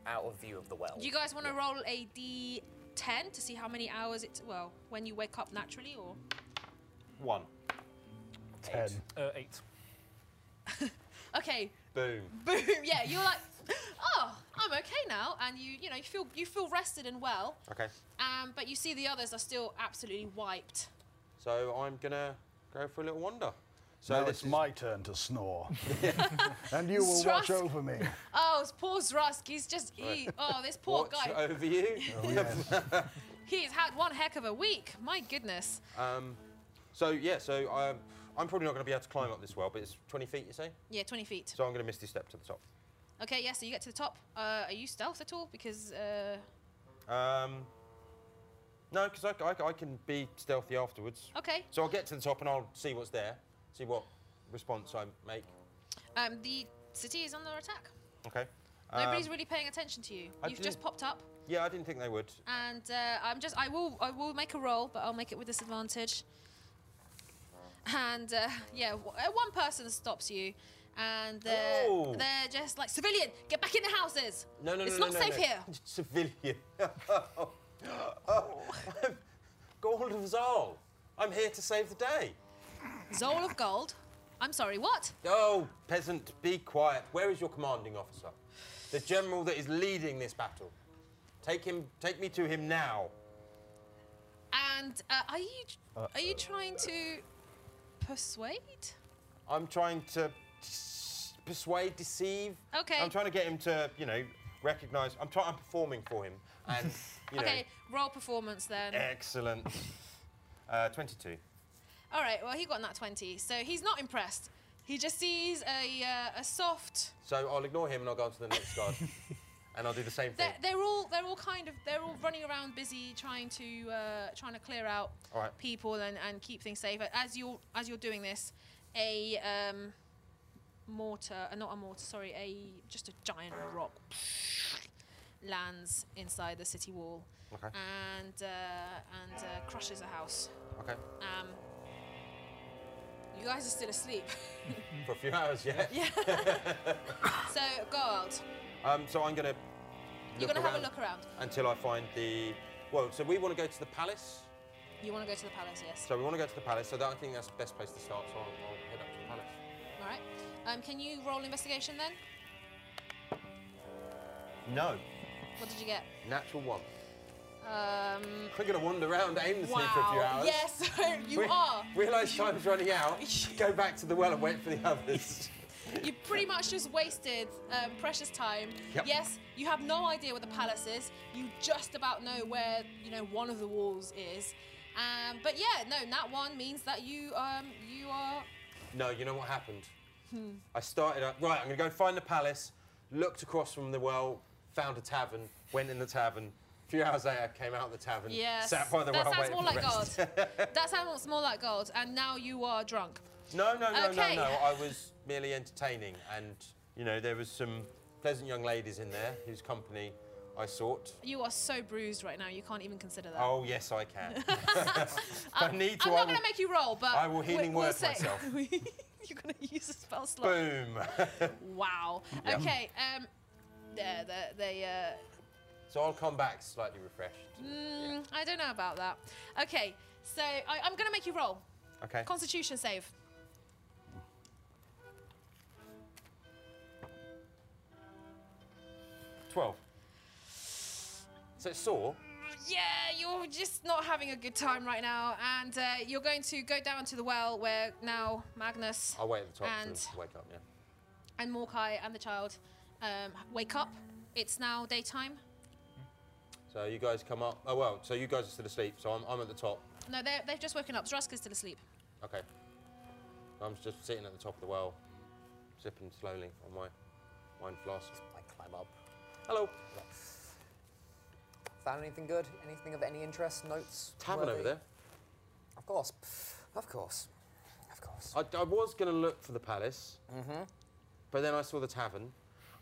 G: Out of view of the well.
A: Do you guys want to roll a d10 to see how many hours it's well when you wake up naturally or
B: One.
E: Ten.
C: Uh, eight.
A: okay
B: Boom.
A: boom [laughs] yeah you're like oh I'm okay now and you you know you feel you feel rested and well
B: Okay.
A: um but you see the others are still absolutely wiped
B: So I'm gonna go for a little wander. So
E: now
B: this
E: it's
B: is-
E: my turn to snore. [laughs] and you will watch
A: Zrusk.
E: over me.
A: oh it's poor Zrusk he's just he, oh this poor
B: watch
A: guy
B: [laughs] over you.
E: Oh, yes.
A: he's had one heck of a week my goodness
B: [laughs] um, so yeah, so um, I'm probably not gonna be able to climb up this well, but it's 20 feet, you say?
A: yeah 20 feet
B: So I'm gonna miss this step to the top.
A: okay yeah so you get to the top uh, are you stealth at all because uh,
B: Um, no, because I, c- I c- I can be stealthy afterwards.
A: okay
B: So I'll get to the top and I'll see what's there, see what response I make.
A: um the city is under attack
B: Okay. Um,
A: Nobody's really paying attention to you.
B: I
A: You've just
B: didn't-
A: popped up,
B: yeah, I didn't think they would.
A: and uh, I'm just. I will. I will make a roll, but I'll make it with disadvantage. And uh, yeah, w- uh, one person stops you, and they're,
B: Oh.
A: they're just like civilian. Get back in the houses.
B: No, no, no,
A: It's
B: no,
A: not
B: no,
A: safe
B: no.
A: here.
B: Civilian. [laughs] oh, I'm Gold of Zal. I'm here to save the day.
A: Zol of gold. I'm sorry. What?
B: Oh, peasant, be quiet. Where is your commanding officer? The general that is leading this battle. Take him. Take me to him now.
A: And uh, are you are you trying to persuade?
B: I'm trying to s- persuade, deceive.
A: Okay.
B: I'm trying to get him to, you know, recognise. I'm trying. I'm performing for him, and you know.
A: [laughs] Okay, roll performance then.
B: Eh. Excellent. Uh, 22.
A: All right. Well, he got that twenty, so he's not impressed. He just sees a uh, a soft.
B: So I'll ignore him and I'll go on to the next guard. and I'll do the same thing.
A: They're, they're all they're all kind of they're all running around busy trying to uh, trying to clear out
B: All right.
A: people and, and keep things safe. As you're as you're doing this, a um, mortar, uh, not a mortar, sorry, a just a giant rock lands inside the city wall
B: Okay.
A: and uh, and uh, crushes a house.
B: Okay.
A: Um, you guys are still asleep. [laughs]
B: For a few hours, yeah.
A: yeah. so go out.
B: Um, so I'm gonna.
A: You're
B: look
A: gonna have a
B: around
A: look around.
B: until I find the. Well, so we want to go to the palace.
A: You want to go to the palace, yes?
B: So we want to go to the palace. So that, I think that's the best place to start. So I'll, I'll head up to the palace.
A: All right. Um, can you roll investigation then?
B: No.
A: What did you get?
B: Natural one.
A: Um,
B: We're gonna wander around aimlessly for a few
A: wow.
B: hours.
A: Yes, [laughs] you
B: We-
A: are.
B: Realise time's running
A: [laughs]
B: out. Go back to the well and wait for the others.
A: You pretty much just wasted um, precious time.
B: Yep.
A: Yes, you have no idea where the palace is. You just about know where you know one of the walls is. Um, but yeah, no, that one means that you um, you are
B: No, you know what happened? I started up, right, I'm going to go find the palace, looked across from the well, found a tavern, went in the tavern. A few hours later, came out of the tavern,
A: yes.
B: sat by Hmm. the
A: that
B: well,
A: sounds
B: waiting
A: more
B: for
A: like
B: the rest.
A: God.
B: [laughs]
A: that sounds more like God. And now you are drunk.
B: No, no, no,
A: Okay.
B: no, no. I was merely entertaining, and, you know, there was some pleasant young ladies in there whose company I sought.
A: You are so bruised right now. You can't even consider that.
B: Oh, yes,
A: [laughs]
B: I can. If I need to,
A: I'm
B: I
A: not
B: will-
A: going to make you roll, but
B: I will
A: we-
B: healing
A: we'll
B: word
A: say-
B: myself.
A: [laughs] You're going to use a spell slot.
B: [laughs] Boom.
A: Wow.
B: Yeah.
A: Okay. Um, there, there, they. Uh,
B: so I'll come back slightly refreshed.
A: mm, I don't know about that. Okay. So I, I'm going to make you roll.
B: Yeah. Okay.
A: Constitution save.
B: Twelve. So it's sore.
A: Yeah, you're just not having a good time right now, and uh, you're going to go down to the well where now Magnus
B: I'll wait at the top for
A: And-
B: them to wake up. Yeah.
A: and Morkai and the child um, wake up. It's now daytime.
B: So you guys come up. Oh well. So you guys are still asleep. So I'm, I'm at the top.
A: No, they're- they've just woken up. Zraska's still asleep.
B: Okay. I'm just sitting at the top of the well, sipping slowly on my wine flask.
D: I climb up.
B: Hello.
D: Found anything good? Anything of any interest? Notes?
B: Tavern over
D: worthy?
B: there.
D: Of course. Of course. Of course.
B: I, I was going to look for the palace, but then I saw the tavern,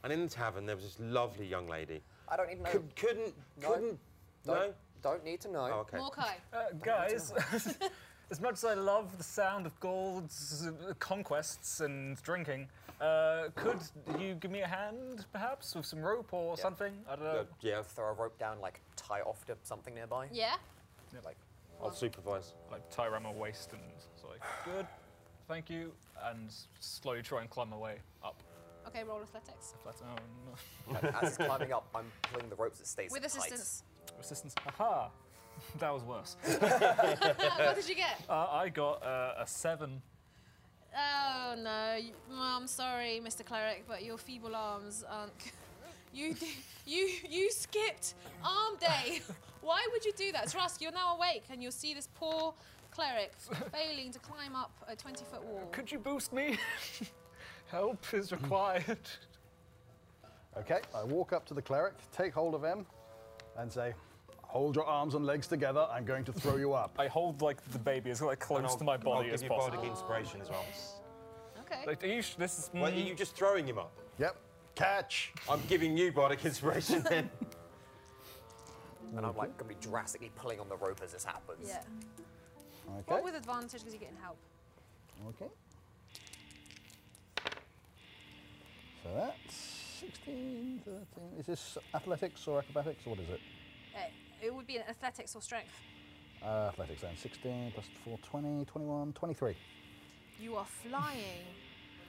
B: and in the tavern there was this lovely young lady.
D: I don't need to know.
B: Could, couldn't.
D: No.
B: Couldn't.
D: don't,
B: No.
D: don't need to know.
B: Oh, okay.
A: Morkai.
F: Uh, guys, [laughs] as much as I love the sound of gold's uh, conquests and drinking, uh, could you give me a hand, perhaps, with some rope or something? I don't know.
B: Uh, yeah.
D: Throw a rope down, like tie off to something nearby.
A: Yeah.
D: Like,
B: I'll supervise.
C: Like tie around my waist and it's like, good, thank you, and slowly try and climb my way up.
A: Okay. Roll athletics.
C: That's, oh, no.
D: and as he's climbing up, I'm pulling the ropes that stays
A: With
D: tight.
A: assistance.
C: [laughs] Resistance. Aha! [laughs] That was worse.
A: what did you get?
C: Uh, I got uh, a seven.
A: Oh no, you- well, I'm sorry, Mr. Cleric, but your feeble arms aren't. c- [laughs] You d- you you skipped arm day. [laughs] Why would you do that, Trask? You're now awake, and you'll see this poor cleric failing to climb up a 20-foot wall.
C: Could you boost me? [laughs] Help is
B: Hmm.
C: required. [laughs]
E: Okay, I walk up to the cleric, take hold of him, and say, Hold your arms and legs together, I'm going to throw you up.
F: I hold like the baby as like
B: And
F: close
B: I'll-
F: to my
B: I'll
F: body
B: give
F: as
B: you
F: possible.
B: bardic inspiration as well.
A: Okay.
C: Like, are you sh- this is.
B: Well, are you just throwing him up?
E: Yep, catch!
B: I'm giving you bardic inspiration
A: [laughs]
B: then.
D: And I'm like, gonna be drastically pulling on the rope as this happens.
A: Yeah.
E: Okay,
A: Roll with advantage because you're getting help.
E: okay. So that's 16, 13. Is this athletics or acrobatics? What is it?
A: Uh, it would be an athletics or strength.
E: Uh, athletics then. 16 plus 4, 20, 21, 23.
A: You are flying.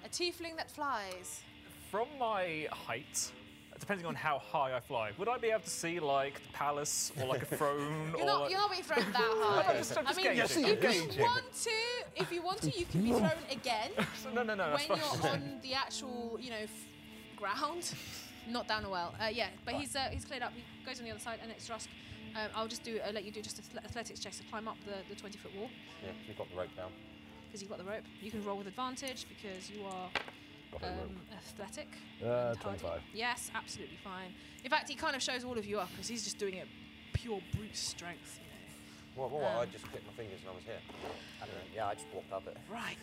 A: A tiefling that flies.
C: From my height, depending on how high I fly, would I be able to see like the palace
B: [laughs]
C: or like a throne
A: You're
C: or?
A: not,
C: like-
A: you're not being thrown that high.
C: I'm Oh, just- I'm just
A: I mean,
C: gauging.
A: if you want to, if you want to, you can be thrown again
C: So- no, no, no.
A: when
C: That's
A: you're
C: fine.
A: on the actual, you know, f- ground, not down a well. Uh, yeah, but he's uh, he's cleared up. He goes on the other side, and it's Rusk. Um, I'll just do. I'll let you do just athle- athletics checks to climb up the, the 20 foot wall
B: yeah, you've got the rope down.
A: because you've got the rope. You can roll with advantage because you are
E: Got a rope.
A: Um, athletic.
E: Uh,
A: and hardy.
E: 25.
A: Yes, absolutely fine. In fact, he kind of shows all of you up because he's just doing it pure brute strength. You
B: What? What? what? I
A: Um,
B: just clicked my fingers and I was here.
G: I don't know. Yeah, I just walked up it.
A: know. Right.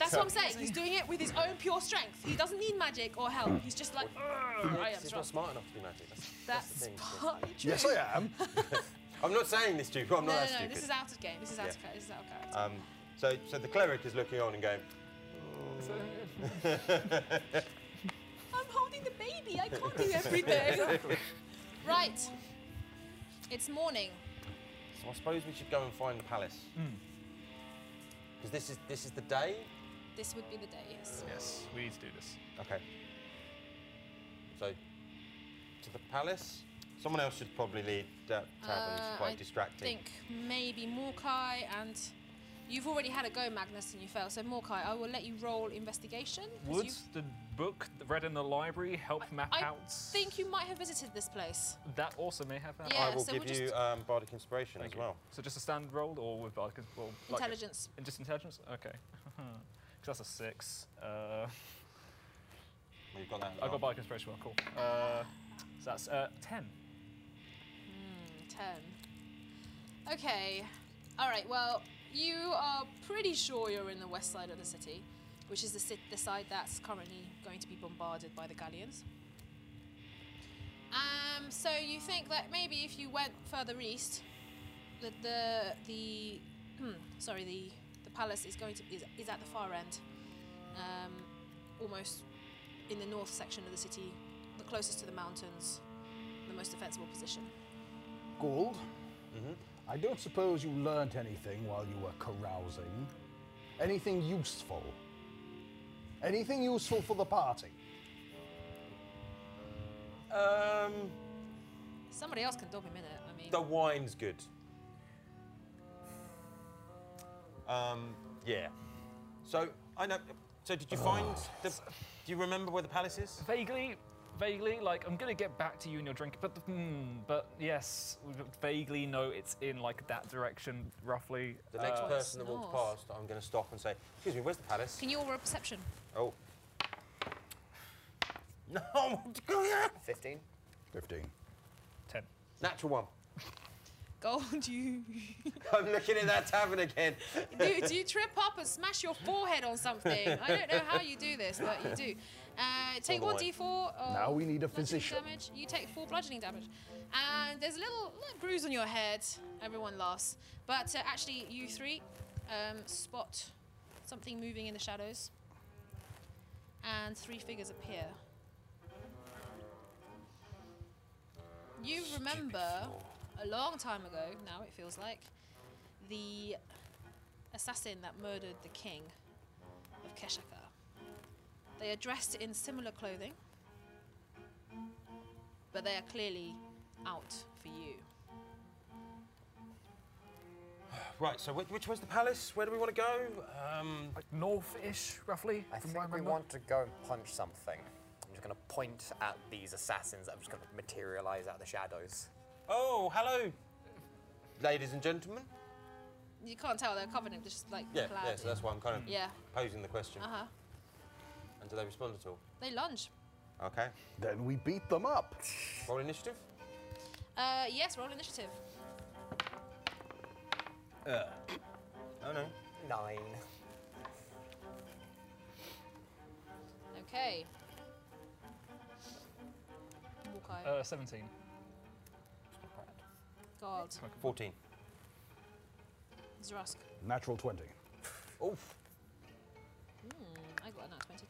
A: That's what I'm saying. He's doing it with his own pure strength. He doesn't need magic or help. He's just like, "Urgh, I am
B: He's
A: strong.
B: not smart enough to be magic. That's, that's the
A: That's
B: thing.
A: partly true.
E: Yes, I am.
B: I'm not saying this, stupid. I'm
A: No, no,
B: not that
A: no.
B: stupid.
A: This is out of game. This is out of
B: Yeah.
A: character. This is out of character.
B: um, so, so the cleric is looking on and going.
A: I'm holding the baby. I can't do everything.
B: [laughs]
A: right. It's morning.
B: So I suppose we should go and find the palace.
C: Hmm.
B: Because this is this is the day.
A: This would be the day, yes.
C: Yes, we need to do this.
B: Okay. So, to the palace. Someone else should probably lead that tavern.
A: Uh,
B: it's quite
A: I
B: distracting.
A: think maybe Morkai and. You've already had a go, Magnus, and you failed. So, Morkai, I will let you roll investigation. 'cause
C: Would
A: you
C: the book read in the library help map
A: I
C: out?
A: think you might have visited this place.
C: that also may have happened.
A: Yeah,
B: I will
A: so
B: give
A: we'll
B: you
A: just-
B: um, bardic inspiration as well.
C: So just a standard roll, or with like, well, like-
A: Intelligence.
C: and just intelligence. Okay. [laughs] 'Cause that's a six. Uh,
B: You've got that. as
C: I got
B: well.
C: by inspiration. Well, cool. Uh, so that's uh, ten.
A: Ten. Okay. All right. Well, you are pretty sure you're in the west side of the city, which is the, sit- the side that's currently going to be bombarded by the galleons. Um. So you think that maybe if you went further east, that the the [clears throat] sorry the the palace is going to is, is at the far end, um, almost in the north section of the city, the closest to the mountains, the most defensible position.
E: Gold. I don't suppose you learnt anything while you were carousing. Anything useful? Anything useful for the party?
B: Um,
A: Somebody else can dob him in it. I mean,
B: the wine's good. Um, yeah. So I know. So did you find the? Do you remember where the palace is?
C: Vaguely, vaguely. Like I'm gonna get back to you and your drink, but the- hmm, but yes, we vaguely know it's in like that direction, roughly.
B: The next
C: Uh,
B: person that walks
A: north.
B: past, I'm going to stop and say, "Excuse me, where's the palace?"
A: can you all roll perception?
B: Oh. [laughs] No.
G: 15?
E: 15.
C: ten.
B: [laughs] Natural one. [laughs]
A: Gold, you
B: I'm looking at that tavern again.
A: do, do you trip up and smash your forehead on something? I don't know how you do this, but you do. Uh, take
B: the
A: one
B: way.
A: d4. Or
E: Now we need a
A: bludgeoning
E: physician.
A: Damage. You take four bludgeoning damage, and there's a little, little bruise on your head. Everyone laughs, but uh, actually, you three um, spot something moving in the shadows, and three figures appear. You remember a long time ago, now it feels like, the assassin that murdered the king of Keshaka. They are dressed in similar clothing, but they are clearly out for you.
B: Right. So which, which was the palace? Where do we want to go? Um,
C: Like north-ish, roughly.
D: I
C: from what I
D: think we
C: remember.
D: want to go and punch something. I'm just going to point at these assassins that I'm just going to materialize out of the shadows.
B: oh, hello, ladies and gentlemen.
A: You can't tell they're covered in just like
B: Yeah.
A: cloud.
B: Yeah. So that's why I'm kind of
A: yeah.
B: posing the question.
A: Uh huh.
B: And do they respond at all?
A: They lunge.
B: Okay.
E: Then we beat them up.
B: Roll initiative.
A: Uh, yes, roll initiative.
B: Oh no.
D: Nine.
A: Okay. Hawkeye.
C: Uh, seventeen.
A: God.
B: Fourteen.
A: Zrusk.
E: Natural 20.
B: Oof.
A: I got a nat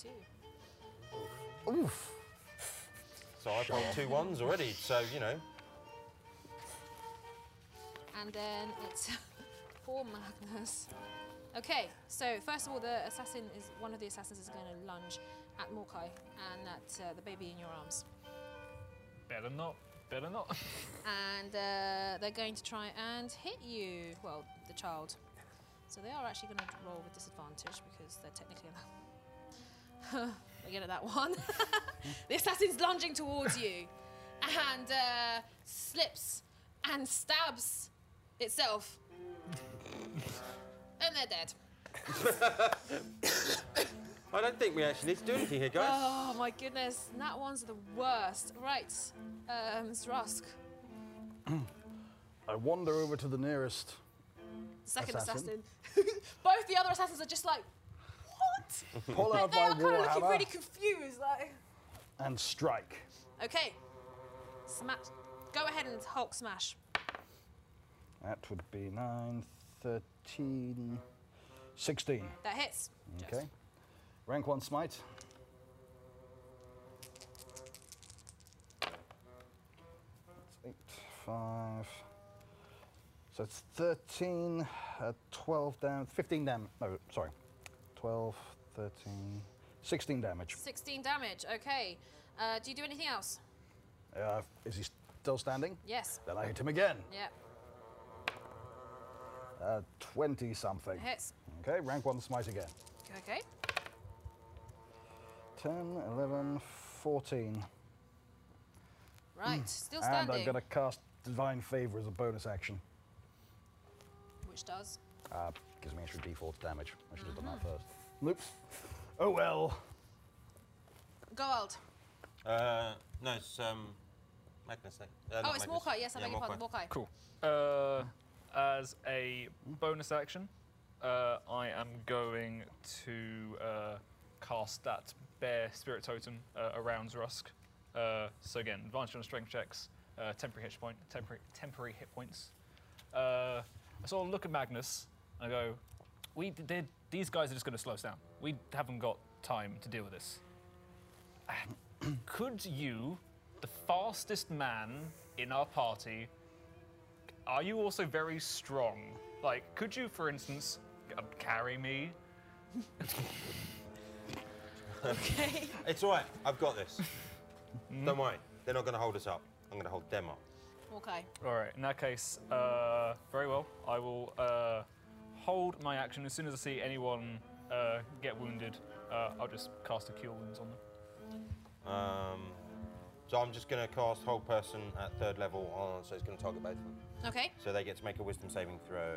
A: 22.
E: Oof.
B: So I've rolled two ones already. So you know.
A: And then it's [laughs] poor Magnus. Okay, so first of all, the assassin is one of the assassins is going to lunge at Morkai and at uh, the baby in your arms,
C: Better not. Better not.
A: and uh, they're going to try and hit you. Well, the child. So they are actually going to roll with disadvantage because they're technically. [laughs] Again, at that one, [laughs] the assassin's lunging towards you, and uh, slips and stabs itself, and they're dead.
B: I don't think we actually need to do anything
A: [laughs]
B: here, guys.
A: Oh my goodness, that one's the worst. Right, um, Zrask,
E: I wander over to the nearest.
A: second assassin. [laughs]
E: Assassin.
A: Both the other assassins are just like, what?
E: Pull out
A: they
E: my
A: are kind of looking
E: warhammer
A: really confused. Like,
E: and strike.
A: okay, smash. Go ahead and Hulk smash.
E: That would be 9, 13, 16.
A: That hits. Just-
E: Okay. Rank 1 smite. That's 8, 5. So it's 13, uh, 12 down, 15 damage. No, sorry. 12, 13, 16 damage.
A: 16 damage. Okay. Uh, do you do anything else?
E: Uh, is he still standing?
A: Yes.
E: Then I hit him again.
A: Yep.
E: Uh, 20 something.
A: It hits.
E: Okay, rank 1 smite again.
A: Okay.
E: 10, 11, 14.
A: Right. Still
E: Hmm. And
A: standing.
E: I'm going to cast Divine Favor as a bonus action.
A: Which does.
E: Uh, gives me extra d4 to damage. I should have done
A: Mm-hmm.
E: that first. Nope. Oh well.
A: Gold.
B: Uh, no, it's um, Magnus. eh? Uh,
A: Oh,
B: not
A: it's
B: Magnus.
A: Morkai. Yes, I
B: Yeah,
A: beg your pardon.
B: Morkai.
A: Morkai.
C: Cool. Uh, as a bonus action, uh, I am going to uh, cast that bear spirit totem uh, around Rusk. Uh, so again, advantage on strength checks, uh, temporary hit point, temporary temporary hit points. Uh, I sort of look at Magnus and I go, "We d- did. These guys are just going to slow us down. We haven't got time to deal with this. [clears throat] Could you, the fastest man in our party, are you also very strong? Like, could you, for instance, uh, carry me?
A: Okay.
B: It's all right. I've
A: [laughs]
B: got this. Don't worry. They're not going to hold us up. I'm going to hold them up.
A: Morkai.
C: All right. In that case, uh, very well. I will uh, hold my action as soon as I see anyone uh, get wounded. Uh, I'll just cast a cure wounds on them.
B: Um, so I'm just going to cast whole person at third level. On, so it's going to target both of them.
A: Okay.
B: So they get to make a wisdom saving throw.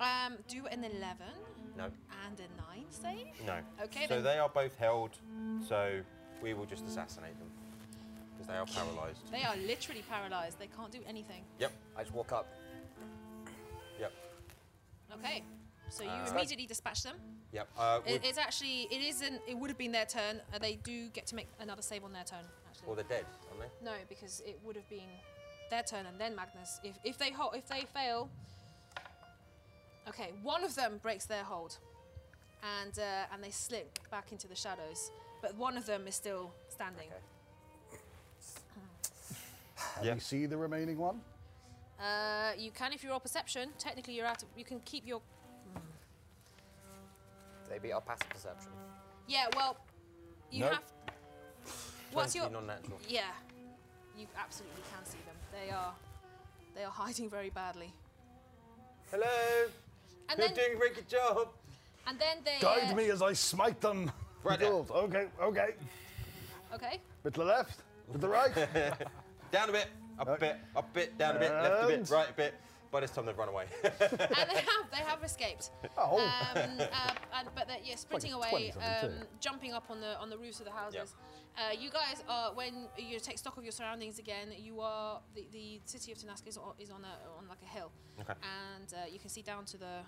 A: Um, do an 11
B: No,
A: and a 9 save.
B: no.
A: Okay,
B: So
A: then.
B: they are both held. So we will just assassinate them because they are paralysed.
A: They are literally paralyzed. They can't do anything.
B: Yep.
D: I just walk up.
B: Yep.
A: Okay. So you
B: Uh,
A: immediately dispatch them.
B: Yep. Uh,
A: It,
B: would-
A: it's actually, it isn't, it would have been their turn. Uh, they do get to make another save on their turn, actually.
B: Well, they're dead, aren't they?
A: No, because it would have been their turn and then Magnus. If if they hold, if they fail, okay, one of them breaks their hold, and uh, and they slink back into the shadows. But one of them is still standing.
E: Can
B: Yeah.
E: we see the remaining one?
A: Uh, you can if you roll perception. Technically, you're out. Of, you can keep your
D: They beat our passive perception.
A: yeah. Well, you
B: Nope.
A: have. What's your
B: 20 non-natural?
A: yeah? You absolutely can see them. They are they are [laughs] hiding very badly.
B: Hello.
A: And
B: You're
A: then
B: doing a very good job.
A: and then they
E: Guide
A: uh,
E: me as I smite them.
B: Right there.
E: Gold. [laughs] Okay, okay.
A: Okay.
E: Bit to the left, bit to the right.
B: Down a bit, up a bit, up a bit, down a bit, left a bit,
E: And-
B: right a bit. By this time they've run away. [laughs]
A: and they [laughs] have they have
E: [laughs]
A: escaped.
E: Oh.
A: Um, uh, and, but they're, yeah, sprinting
E: Like a
A: away,
E: 20
A: um,
E: something too.
A: jumping up on the on the roofs of the houses. Uh, you guys are when you take stock of your surroundings again. You are the, the city of Tanaska is on, is on a on like a hill,
B: Okay.
A: and uh, you can see down to the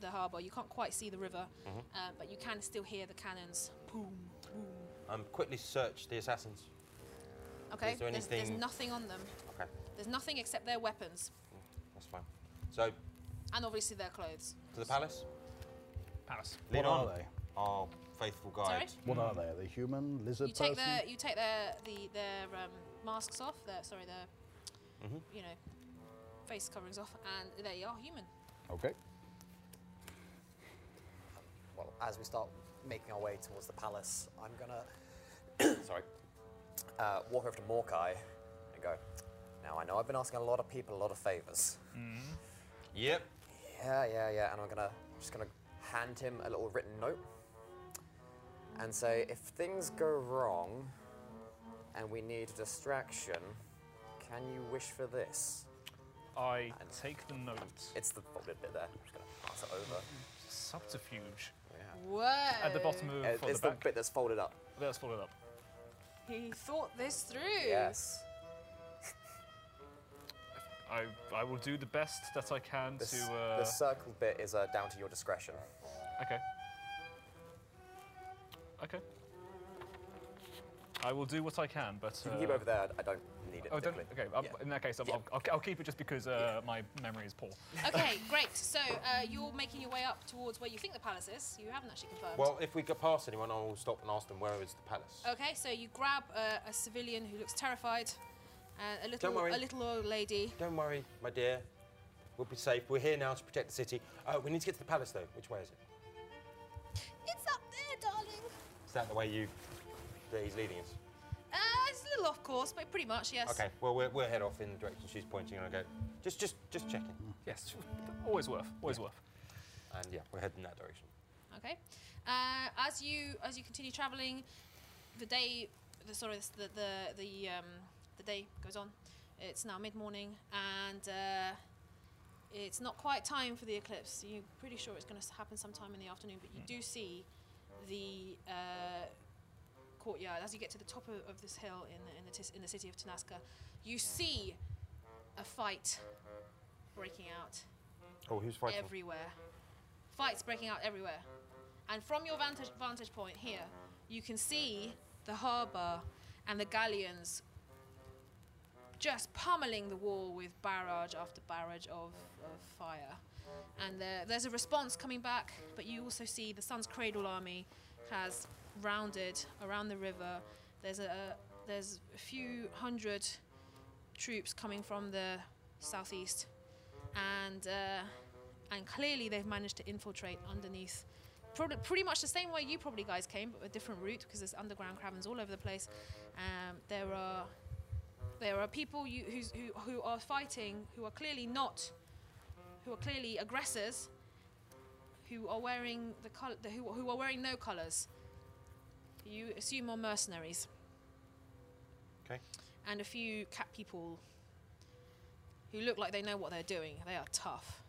A: the harbour. You can't quite see the river,
E: Mm-hmm.
A: uh, but you can still hear the cannons. Boom, boom.
B: um, quickly search the assassins.
A: Okay,
B: Is there
A: there's, there's
B: anything-
A: nothing on them.
B: Okay,
A: There's nothing except their weapons
B: that's fine. So
A: and obviously their clothes.
B: to the palace.
C: Palace.
E: what
B: Lead
E: are
B: on.
E: they?
B: Our faithful guide.
A: Sorry?
E: What are they? Are they human, lizard
A: you take
E: person?
A: their you take their the their um, masks off. Their sorry their
B: Mm-hmm.
A: you know face coverings off, and they are human.
E: Okay.
D: Well, as we start making our way towards the palace, I'm gonna, [coughs] sorry, uh, walk over to Morkai and go. Now I know I've been asking a lot of people a lot of favors.
B: Yep.
D: Yeah, yeah, yeah. And I'm gonna just gonna hand him a little written note and say, if things go wrong and we need a distraction, can you wish for this?
C: I take the note.
D: It's the folded bit there. I'm just gonna pass it over.
C: Subterfuge.
A: Whoa.
C: At the bottom of or
D: Uh, it's
C: the
D: the,
C: back.
D: bit that's folded up.
C: Let's fold it up.
A: He thought this through.
D: Yes.
C: I, I will do the best that I can
D: The, s-
C: to. Uh,
D: the circle bit is uh, down to your discretion.
C: Okay. Okay. I will do what I can, but.
D: You
C: uh,
D: can keep over there. I don't need it.
C: Oh, don't,
D: particularly.
C: okay. I'll-
D: Yeah.
C: In that case, I'll,
D: Yeah.
C: I'll, I'll, I'll keep it just because uh, my memory is poor.
A: [laughs] Okay, great. So uh, you're making your way up towards where you think the palace is. You haven't actually confirmed.
B: Well, if we go past anyone, I will stop and ask them where is the palace.
A: okay, so you grab uh, a civilian who looks terrified, uh, a little
B: worry.
A: a little old lady.
B: Don't worry, my dear. We'll be safe. We're here now to protect the city. Uh, we need to get to the palace, though. Which way is it?
A: It's up there, darling.
B: Is that the way you that he's leading us?
A: Uh, it's a little off course, but pretty much yes.
B: Okay. Well, we'll, we'll head off in the direction she's pointing, and I go just, just, just checking.
C: Yes, always worth. Always worth.
B: And yeah, we're heading in that direction.
A: Okay. Uh, as you as you continue traveling, the day, the sorry, the the the, um, the day goes on. It's now mid morning, and uh, it's not quite time for the eclipse. You're pretty sure it's going to happen sometime in the afternoon, but you do see the uh, courtyard as you get to the top of, of this hill in the, in the tis, in the city of Tanaska. You see a fight breaking out
B: Oh, who's fighting?
A: everywhere. Fights breaking out everywhere. And from your vantage, vantage point here, you can see the harbour and the galleons just pummeling the wall with barrage after barrage of, of fire. And there, there's a response coming back, but you also see the Sun's Cradle army has rounded around the river. There's a there's a few hundred troops coming from the southeast, and uh, and clearly they've managed to infiltrate underneath. Probably, pretty much the same way you probably guys came, but a different route because there's underground caverns all over the place. Um, there are there are people you, who's, who who are fighting who are clearly not who are clearly aggressors who are wearing the col- the, who, who are wearing no colors. You assume are mercenaries.
B: 'Kay.
A: And a few cat people who look like they know what they're doing. They are tough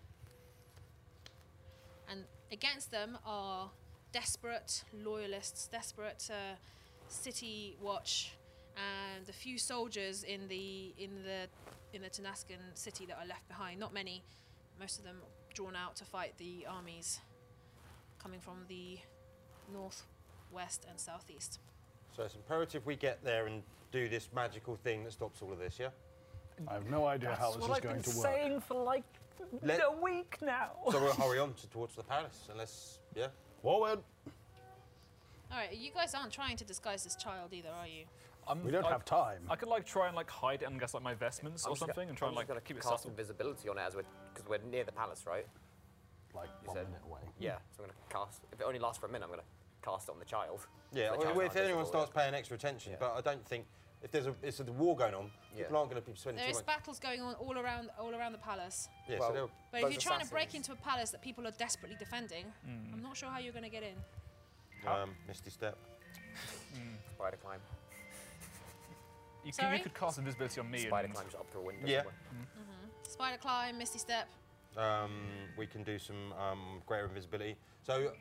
A: and against them are desperate loyalists, desperate uh, city watch, and a few soldiers in the in the in the Tenascan city that are left behind. Not many, most of them drawn out to fight the armies coming from the north, west, and southeast.
B: So it's imperative we get there and do this magical thing that stops all of this. Yeah.
E: I have no idea how this is going to work.
F: for like
B: Let- a
F: week now.
B: So we'll hurry on to, towards the palace, unless yeah.
E: Forward.
A: All right, you guys aren't trying to disguise this child either, are you?
E: We don't have time.
C: I could like try and like hide it and guess like my vestments or
D: just gonna-
C: something, and try
D: I'm
C: and
D: just
C: like
D: gonna
C: keep it
D: cast
C: subtle.
D: invisibility on it as we're because we're near the palace, right?
E: Like one
D: said-
E: minute away.
D: Yeah. So I'm gonna cast. If it only lasts for a minute, I'm gonna cast it on the child.
B: Yeah,
D: So the
B: well, if
D: child's not
B: anyone
D: invisible,
B: starts paying extra attention,
D: Yeah.
B: but I don't think if there's a it's a war going on,
D: Yeah.
B: people aren't going to be spending
A: There is
B: too much.
A: battles going on all around all around the palace.
B: yeah,
D: Well,
B: so they'll-
A: But if
D: Those
A: you're trying to break
D: assassins.
A: into a palace that people are desperately defending, I'm not sure how you're going to get in.
B: um, Misty Step.
D: Spider climb.
C: You, c-
A: Sorry?
C: you could cast invisibility on me.
D: Spider
C: and
D: climbs up to a window.
B: Yeah.
D: somewhere.
A: Spider climb, misty step.
B: Um, we can do some um, greater invisibility. So,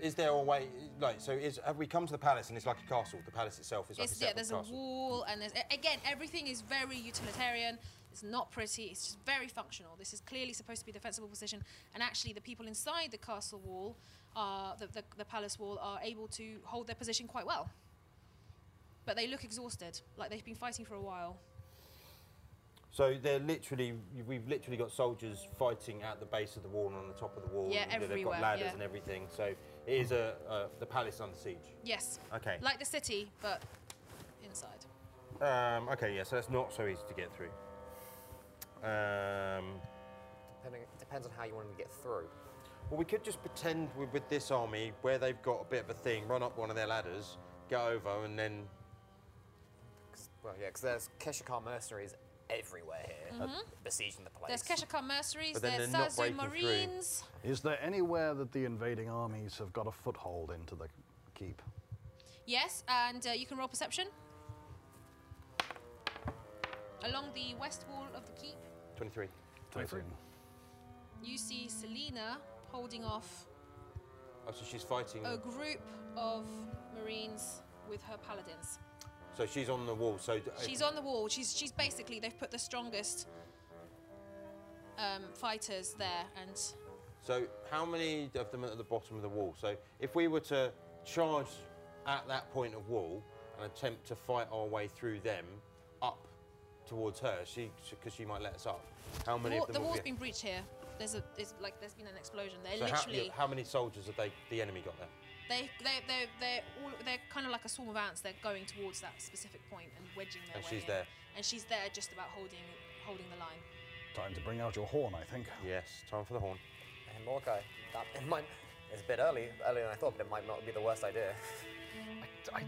B: is there a way? Like, so is have we come to the palace and it's like a castle? The palace itself is like a
A: It's, yeah,
B: separate
A: there's a
B: castle.
A: wall, and there's, a- again, everything is very utilitarian. It's not pretty. It's just very functional. This is clearly supposed to be a defensible position, and actually, the people inside the castle wall, are, the, the, the palace wall, are able to hold their position quite well. But they look exhausted, like they've been fighting for a while.
B: So they're literally we've literally got soldiers fighting at the base of the wall and on the top of the wall.
A: Yeah,
B: and They've
A: everywhere,
B: got ladders
A: yeah.
B: and everything. So it is a uh, the palace under siege.
A: Yes,
B: Okay.
A: like the city, but inside.
B: Um, okay, yeah, so that's not so easy to get through. Um,
D: Depending, depends on how you want to get through.
B: well, we could just pretend we with this army where they've got a bit of a thing, run up one of their ladders, go over, and then.
D: 'Cause- well, yeah, because there's Keshikar mercenaries everywhere here, uh, besieging the place.
A: Mm-hmm. There's Keshakar mercenaries.
B: But then
A: There's
B: they're not
A: Sazu
B: breaking through.
A: marines.
E: Is there anywhere that the invading armies have got a foothold into the keep?
A: Yes, and uh, you can roll perception along the west wall of the keep.
B: 23.
E: 13.
C: Twenty-three.
A: You see Selena holding off
B: Oh, so she's fighting.
A: a group of marines with her paladins.
B: So she's on the wall. So d-
A: She's on the wall. She's she's basically they've put the strongest um, fighters there, and
B: So how many of them are at the bottom of the wall? So if we were to charge at that point of wall and attempt to fight our way through them up towards her, she because she might let us up. How
A: the,
B: many
A: wall,
B: of them?
A: the
B: will
A: wall's
B: be-
A: been breached here. There's a it's like there's been an explosion. They're
B: so how, yeah,
A: literally
B: how many soldiers have they? The enemy got there.
A: they they they they're all they're kind of like a swarm of ants. They're going towards that specific point and wedging their
B: And
A: way
B: she's
A: in.
B: there.
A: And she's there, just about holding holding the line.
E: Time to bring out your horn, I think.
B: Yes, time for the horn.
G: And Morkai, that, it might, it's a bit early, earlier than I thought, but it might not be the worst idea.
C: I, I-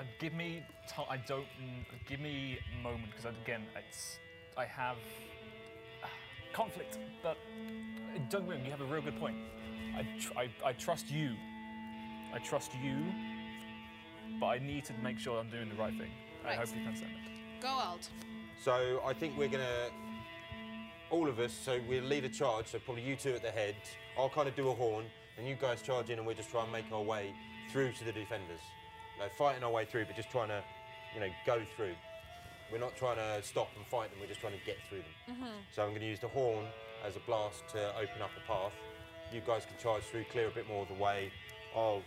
C: I- give me ti I don't mm, give me a moment because again, it's I have ah, conflict. But uh, Doug Wim, you have a real good point. I, tr- I, I trust you. I trust you. But I need to make sure I'm doing the right thing. I
A: Right.
C: hope you understand that.
A: Go out.
B: So I think we're gonna, all of us. So we'll lead a charge. So probably you two at the head. I'll kind of do a horn, and you guys charge in, and we'll just try and make our way through to the defenders. No, fighting our way through, but just trying to, you know, go through. We're not trying to stop and fight them. We're just trying to get through them.
A: Mm-hmm.
B: So I'm gonna use the horn as a blast to open up a path. You guys can charge through, clear a bit more of the way. I'll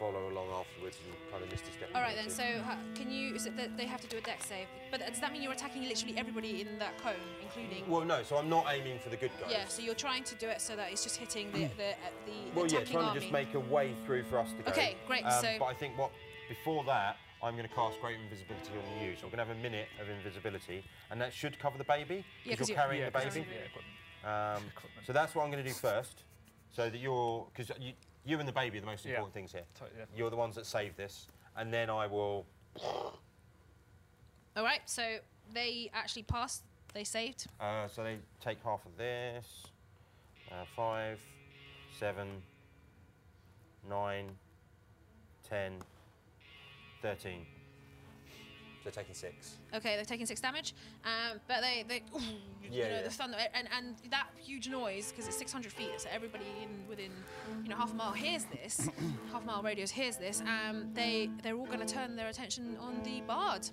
B: follow along afterwards and kind of misty step.
A: All right then. So ha- can you? Is it that they have to do a deck save? But uh, does that mean you're attacking literally everybody in that cone, including?
B: Well, no. So I'm not aiming for the good guys.
A: Yeah, so you're trying to do it so that it's just hitting the the, uh, the
B: Well, yeah,
A: attacking
B: trying
A: army.
B: to just make a way through for us to go. Um,
A: Okay, great, so-
B: but I think what before that, I'm going to cast great invisibility on you. So I'm going to have a minute of invisibility, and that should cover the baby
A: Yeah, 'cause
B: because
A: you-
B: you're carrying
C: Yeah,
B: the
C: 'cause
B: baby.
C: it's- yeah, equipment.
B: Um, so that's what I'm going to do first, so that you're because you, you and the baby are the most
C: Yeah.
B: important things here.
C: Totally, yeah.
B: You're the ones that save this, and then I will.
A: All right, so they actually passed. They saved.
B: Uh, so they take half of this. Uh, five, seven, nine, ten, thirteen.
G: So taking six.
A: Okay, they're taking six damage, um, but they they ooh, you
B: Yeah,
A: know
B: yeah.
A: the thunder and and that huge noise because it's 600 feet, so everybody in within you know half a mile hears
B: [coughs]
A: this, half a mile radius hears this. Um, they they're all going to turn their attention on the bard,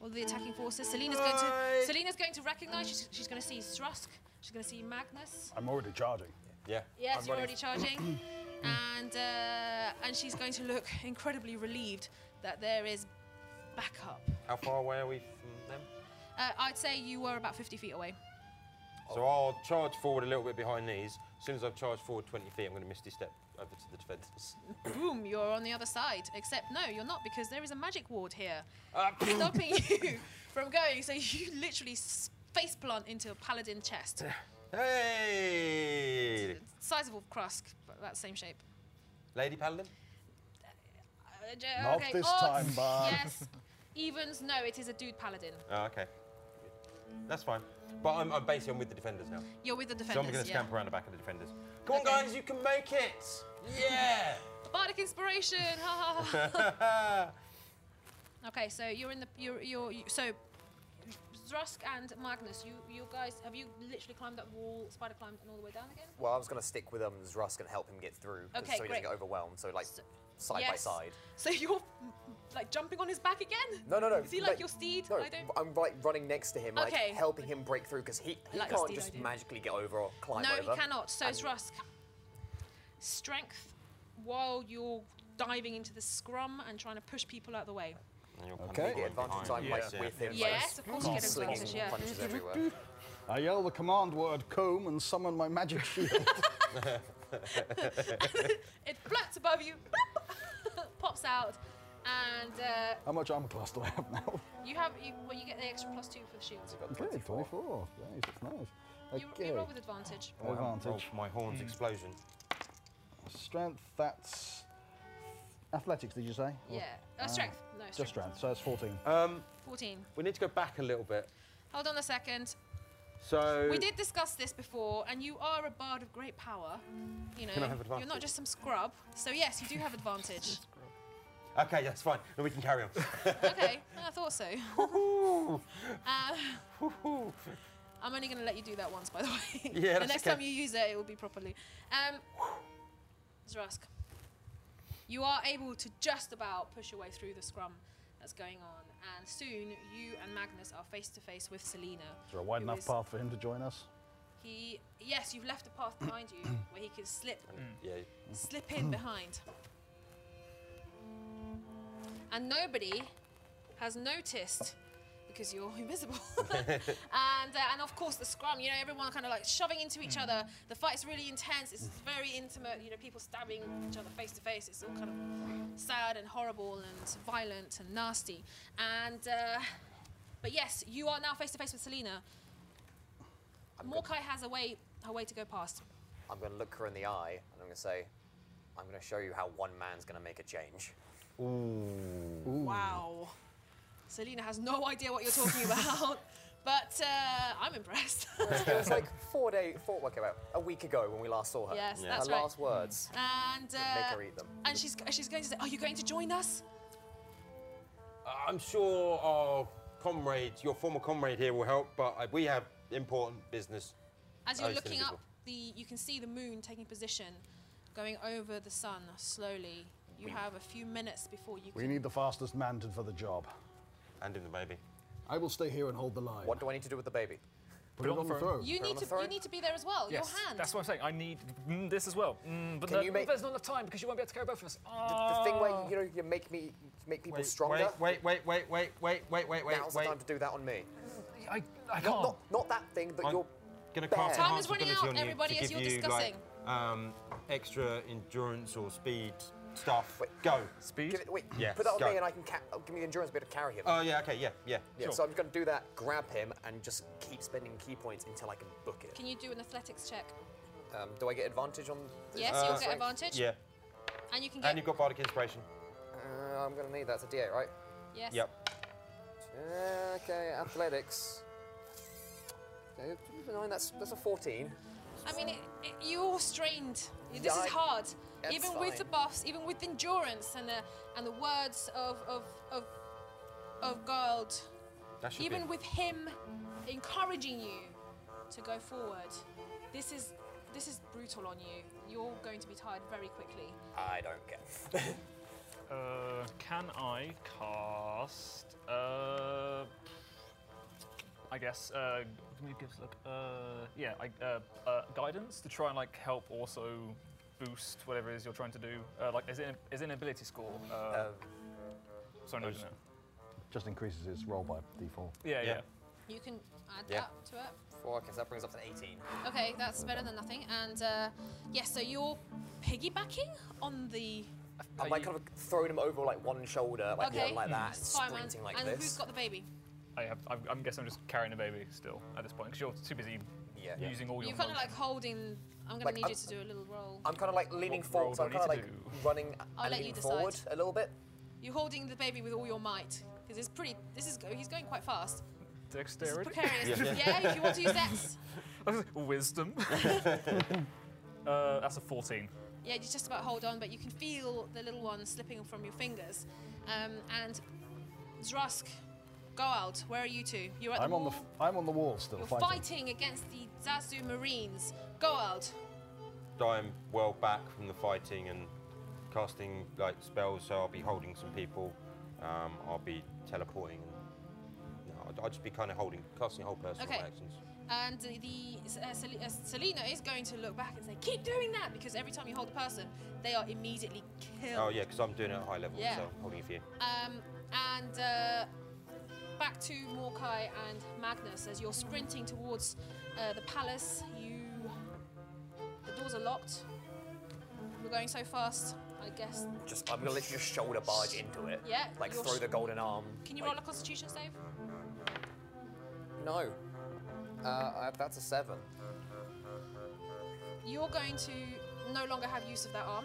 A: or the attacking forces. Selena's going
B: Right.
A: to Selena's going to recognise. She's, she's going to see Strusk. She's going to see Magnus.
E: I'm already charging.
B: Yeah.
A: Yes,
B: I'm
A: you're
B: running
A: already
B: [coughs]
A: charging, and uh, and she's going to look incredibly relieved that there is backup.
B: How far away are we from them?
A: Uh, I'd say you were about 50 feet away. Oh.
B: So I'll charge forward a little bit behind these. As soon as I've charged forward 20 feet, I'm going to misty step over to the
A: [laughs]
B: defenders.
A: Boom, you're on the other side. Except no, you're not because there is a magic ward here stopping [laughs] you from going. So you literally s- face plant into a paladin chest,
B: Hey!
A: size of a Krusk, but that same shape.
B: Lady Paladin?
A: Uh, j-
E: Not
A: okay,
E: this
A: odds,
E: time, bard.
A: Yes. Evens, no, it is a dude paladin.
B: Oh, okay. That's fine. But I'm, I'm basically I'm with the defenders now.
A: You're with the
B: so I'm
A: defenders.
B: going to
A: yeah.
B: scamp around the back of the defenders. Come on,
A: Okay.
B: guys, you can make it! Yeah!
A: Bardic inspiration. Ha ha ha. Okay, so you're in the you're you're you, so Zrusk and Magnus, you you guys have you literally climbed that wall, spider climbed, and all the way down again?
D: Well, I was going to stick with um, Zrusk and help him get through 'cause
A: Okay,
D: so he
A: great.
D: doesn't get overwhelmed. So, like,
A: So-
D: side by
A: yes.
D: side.
A: So [laughs] you're mm, like jumping on his back again?
D: No, no, no.
A: Is he like
D: no,
A: your steed?
D: No,
A: I don't.
D: I'm like running next to him,
A: Okay.
D: like helping him break through because he, he
A: Like
D: can't
A: steed
D: just
A: idea.
D: magically get over or climb
A: No,
D: over.
A: he cannot. So it's Rusk. Strength while you're diving into the scrum and trying to push people out of the way.
B: And you're kind of
E: Okay.
B: following
D: Get advantage.
B: behind.
D: I'm like
B: Yeah.
D: with him. like,
A: Yes, of course you get
D: slinging
A: advantage. Yeah.
D: punches everywhere.
E: I yell the command word comb and summon my magic shield.
A: It flats above you, [laughs] pops out, and uh,
E: How much armor class do I have now?
A: you have you, well you get the extra plus two for the shield.
E: Okay, 24. Nice, that's nice.
A: You,
E: Okay.
A: you roll with advantage.
B: Oh, I haven't
E: advantage.
B: rolled My horn's explosion.
E: Strength, that's. Athletics, did you say? Or-
A: Yeah. Uh, strength. No, strength.
E: Ah. Just strength, so that's 14.
B: Um,
A: 14.
B: we need to go back a little bit.
A: Hold on a second.
B: So.
A: We did discuss this before, and you are a bard of great power. You know,
B: Can I have
A: you're not
B: advantage?
A: just some scrub. So yes, you do have advantage.
B: Okay, that's fine. No, we can
A: [laughs]
B: carry on.
A: Uh, okay, I thought so. Um, I'm only going to let you do that once, by the way.
B: [laughs] Yeah,
A: the
B: that's
A: next
B: okay.
A: time you use it, it will be properly. Um, Zrask, you are able to just about push your way through the scrum that's going on, and soon you and Magnus are face to face with Selena.
E: Is there a wide
A: who
E: enough
A: is-
E: path for him to join us?
A: He, yes, you've left a path behind
E: [coughs]
A: you where he can slip
B: Yeah.
A: slip in behind. And nobody has noticed because you're [laughs] invisible. and uh, and of course the scrum, you know, everyone kind of like shoving into each other. The fight's really intense. It's very intimate. You know, people stabbing each other face to face. It's all kind of sad and horrible and violent and nasty. And uh, but yes, you are now face to face with Selena. Morkai has a way her way to go past.
D: I'm going to look her in the eye and I'm going to say, I'm going to show you how one man's going to make a change.
A: Wow. Selena has no idea what you're talking about, but uh, I'm impressed.
D: it was like four day, four, okay, about a week ago when we last saw her.
A: Yes,
D: her
A: that's right.
D: last words.
A: and uh,
D: Make her eat them.
A: and she's she's going to say, "Are you going to join us?"
B: Uh, I'm sure our comrade, your former comrade here, will help, but uh, we have important business.
A: As
B: Oh,
A: you're
B: it's
A: looking
B: gonna be
A: up, the you can see the moon taking position, going over the sun slowly. You have a few minutes before you.
E: We
A: can-
E: need the fastest man to- for the job.
B: And him the baby.
E: I will stay here and hold the line.
D: What do I need to do with the baby?
E: Put it on the throne.
A: you
D: Put
A: need
D: it on
A: to
D: the throne?
A: you need to be there as well.
C: Yes,
A: Your hand.
C: that's what I'm saying. I need mm, this as well. Mm, but
D: Can
C: there-
D: you make-
C: there's not enough time because you won't be able to carry both of us.
D: The thing where
C: Ah.
D: you know you make me make people
B: Wait,
D: stronger.
B: Wait, wait, wait, wait, wait, wait, wait, wait,
D: Now's
B: wait.
D: the time to do that on me.
C: Ah, I, I
D: Not,
C: can't.
D: not, not that thing that
B: I'm
D: you're.
B: gonna
D: Bear.
B: cast
D: Time
A: is running out,
B: enhanceability on you
A: everybody,
B: to
A: as
B: give
A: you're
B: you, Like, um, extra endurance or speed stuff.
D: Wait.
B: Go.
C: Speed.
D: Give it, wait,
B: Yeah,
D: put that on
B: go.
D: me and I can ca- oh, give me the endurance bit to carry him.
C: Uh,
B: Oh yeah, okay, yeah, yeah.
D: yeah, So I'm just going to do that, grab him, and just keep spending key points until I can book it.
A: Can you do an athletics check?
D: Um, do I get advantage on? this?
A: Yes, you'll get
D: Uh, Sorry.
A: advantage,
B: Yeah.
A: and you can get.
B: And you've got bardic inspiration.
D: Uh, I'm going to need that. It's a D8, right?
A: yes.
B: Yep.
D: Okay, athletics. Okay, nine, that's that's a 14.
A: I mean, it, it, you're all strained. This
D: Yeah, I-
A: is hard.
D: that's
A: Even with the
D: fine.
A: buffs, even with endurance and the and the words of of of of God,
B: That should
A: even
B: be.
A: with Him encouraging you to go forward, this is this is brutal on you. You're going to be tired very quickly.
D: I don't care.
C: Uh, can I cast? Uh, I guess. Uh, let me give us a look. Uh, yeah, I, uh, uh, guidance to try and like help also boost whatever it is you're trying to do. Uh, like, is it an, is it an ability score? Uh, sorry, no, no. no.
E: Just increases his roll by default.
C: Yeah,
B: yeah.
C: yeah.
A: You can add
B: Yeah.
A: that to it.
D: Four, okay, so that brings up to 18.
A: Okay, that's better than nothing. And uh, yes, so you're piggybacking on the.
D: I'm like kind of throwing him over like one shoulder, like
A: Okay,
D: one like that, and
A: fireman.
D: sprinting like
A: and
D: this.
A: who's got the baby?
C: I have. I'm, I'm guessing I'm just carrying a baby still at this point because you're too busy
D: Yeah. Yeah.
C: using all your.
A: You're kind of
C: motion.
A: like holding. I'm gonna
D: Like,
A: need
E: uh,
D: I'm-
A: you to do a little roll.
D: I'm kind of like leaning
C: What
D: forward, so
C: roll
D: I'm
C: do
D: kind of
C: I
D: like
C: need to do?
D: running
A: I'll let
D: and
A: you
D: leaning
A: decide.
D: forward a little bit.
A: You're holding the baby with all your might because it's pretty. This is go, he's going quite fast. This is [laughs]
C: dexterity.
A: precarious. yeah. if you want
E: [laughs]
A: to use that,
C: [laughs] [laughs] Wisdom. uh, that's a 14.
A: yeah, you just about hold on, but you can feel the little one slipping from your fingers. Um, and Zrusk, go out. Where are you two? You're at
E: I'm
A: the
E: on the
A: wall.
E: f- I'm on the wall still
A: You're
E: fighting.
A: fighting against the Zazu Marines. Go out.
B: I'm well back from the fighting and casting like spells, so I'll be holding some people. Um, I'll be teleporting. No, I'd, I'd just be kind of holding, casting a whole person
A: Okay.
B: my actions.
A: And the uh, Sel- uh, Selena is going to look back and say, "Keep doing that," because every time you hold a person, they are immediately killed.
B: Oh yeah, because I'm doing it at a high level,
A: Yeah.
B: so I'm holding a few.
A: Um, and uh, back to Morkai and Magnus as you're sprinting towards uh, the palace. You, the doors are locked. You're going so fast. I guess.
D: Just I'm gonna literally just shoulder barge into it.
A: Yeah,
D: Like
A: you're
D: throw
A: sh-
D: the golden arm.
A: Can you
D: like,
A: roll a Constitution save?
D: No. Uh, I, that's a seven.
A: You're going to no longer have use of that arm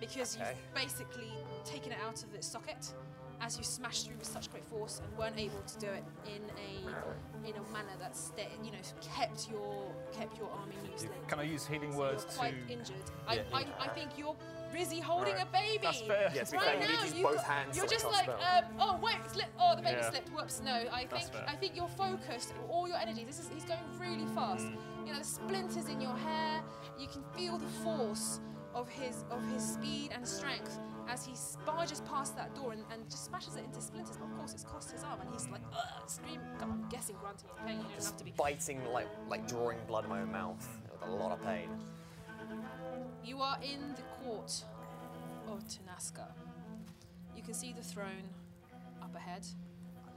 A: because
D: Okay.
A: you've basically taken it out of its socket as you smashed through with such great force and weren't able to do it in a in a manner that's that you know kept your kept your arm in use.
C: Can I use healing
A: So
C: words
A: you're
C: to?
A: quite injured. I,
B: Yeah,
A: I, I think you're busy holding a baby.
C: That's fair.
G: Yes, we
A: Right
G: can
A: now,
G: use
A: you
G: both
A: got-
G: hands
A: you're
G: to
A: just
G: cast
A: like, um, oh wait, it slipped. Oh, the baby
C: Yeah.
A: slipped. Whoops. No, I
C: That's
A: think
C: fair.
A: I think you're focused. All your energy. This is he's going really fast. You know, splinters in your hair. You can feel the force of his of his speed and strength as he barges past that door and, and just smashes it into splinters. But of course, it's cost his arm, and he's like, Ugh, scream. I'm guessing grunting in pain. You don't have to be.
D: biting, like like drawing blood in my own mouth with a lot of pain.
A: You are in the court of Tanaska. You can see the throne up ahead,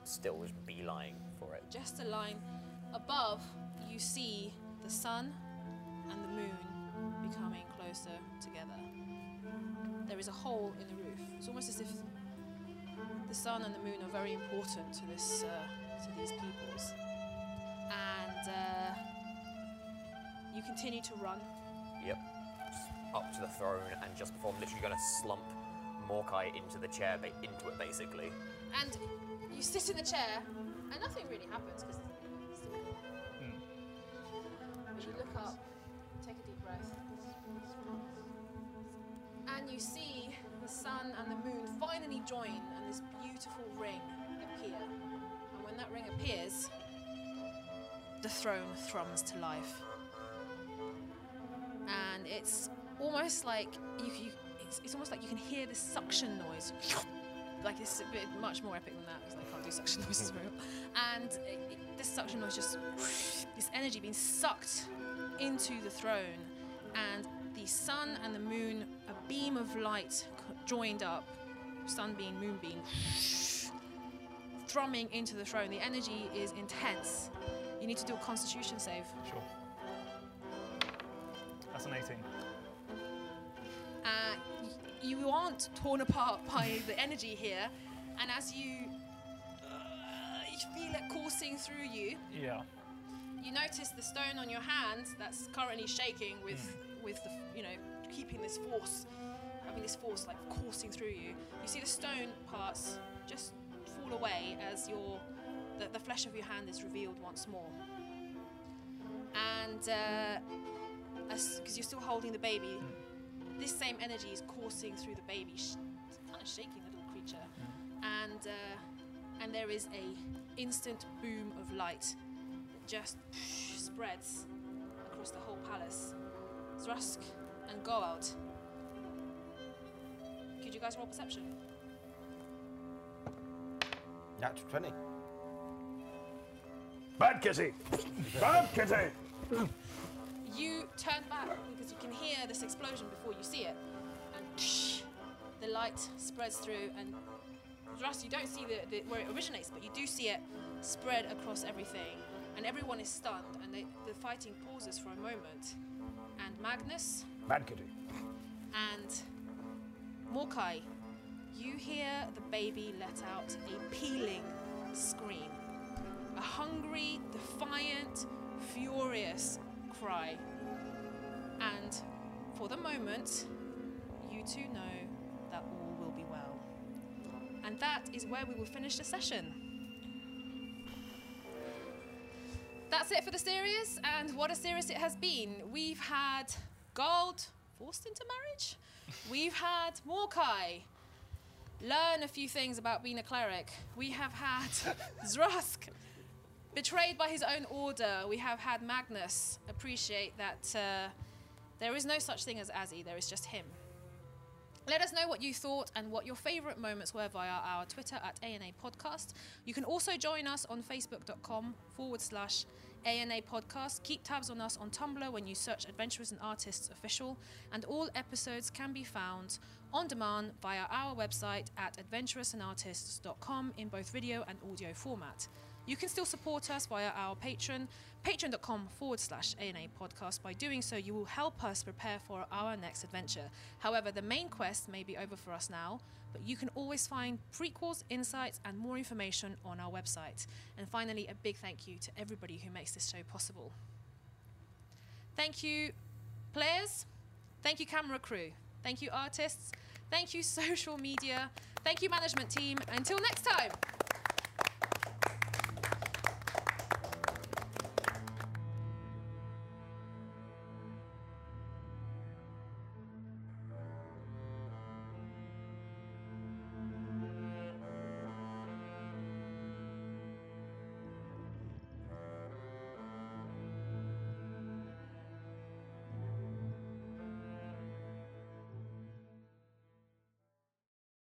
D: Still was beelying for it.
A: just a line. Above, you see the sun and the moon becoming closer together. There is a hole in the roof. It's almost as if the sun and the moon are very important to this uh, to these peoples. And uh, you continue to run.
D: Yep. Just up to the throne, and just before I'm literally gonna slump Morkai into the chair, ba- into it basically.
A: and you sit in the chair, and nothing really happens because But you look up, take a deep breath, and you see the sun and the moon finally join, and this beautiful ring appear. And when that ring appears, the throne thrums to life, and it's almost like you. you it's, it's almost like you can hear the suction noise like it's a bit much more epic than that because they can't do suction [laughs] noises very well. And it, it- this suction noise just this energy being sucked into the throne, and the sun and the moon, a beam of light co- joined up, sun beam, moon beam, thrumming into the throne. The energy is intense. You need to do a Constitution save,
C: Sure. That's an 18.
A: uh, y- you aren't torn apart [laughs] by the energy here, and as you. uh, You feel it coursing through you.
C: Yeah.
A: you notice the stone on your hand that's currently shaking with with the you know keeping this force having this force like coursing through you you see the stone parts just fall away as your the, the flesh of your hand is revealed once more and uh, because you're still holding the baby this same energy is coursing through the baby sh- kind of shaking the little creature and uh, and there is a instant boom of light just spreads across the whole palace. Zrask and Goald. Could you guys roll perception?
B: Natural 20.
E: Bad kitty! Bad kitty!
A: You turn back because you can hear this explosion before you see it. And the light spreads through, and Zrask, you don't see the, the, where it originates, but you do see it spread across everything. And everyone is stunned, and they, the fighting pauses for a moment. And Magnus,
E: Bad kitty.
A: and Morkai, you hear the baby let out a peeling scream. A hungry, defiant, furious cry. And for the moment, you two know that all will be well. And that is where we will finish the session. That's it for the series, and what a series it has been. We've had Gold forced into marriage. We've had Morkai learn a few things about being a cleric. We have had Zrusk betrayed by his own order. We have had Magnus appreciate that uh, there is no such thing as Azzy, there is just him. Let us know what you thought and what your favourite moments were via our Twitter at ANA Podcast. You can also join us on facebook.com forward slash ANA Podcast. Keep tabs on us on Tumblr when you search Adventurers and Artists Official, and all episodes can be found on demand via our website at adventurousandartists.com in both video and audio format. You can still support us via our Patreon, patreon.com forward slash ANA podcast. By doing so, you will help us prepare for our next adventure. However, the main quest may be over for us now, but you can always find prequels, insights, and more information on our website. And finally, a big thank you to everybody who makes this show possible. Thank you, players. Thank you, camera crew. Thank you, artists. Thank you, [laughs] social media. Thank you, management team. Until next time.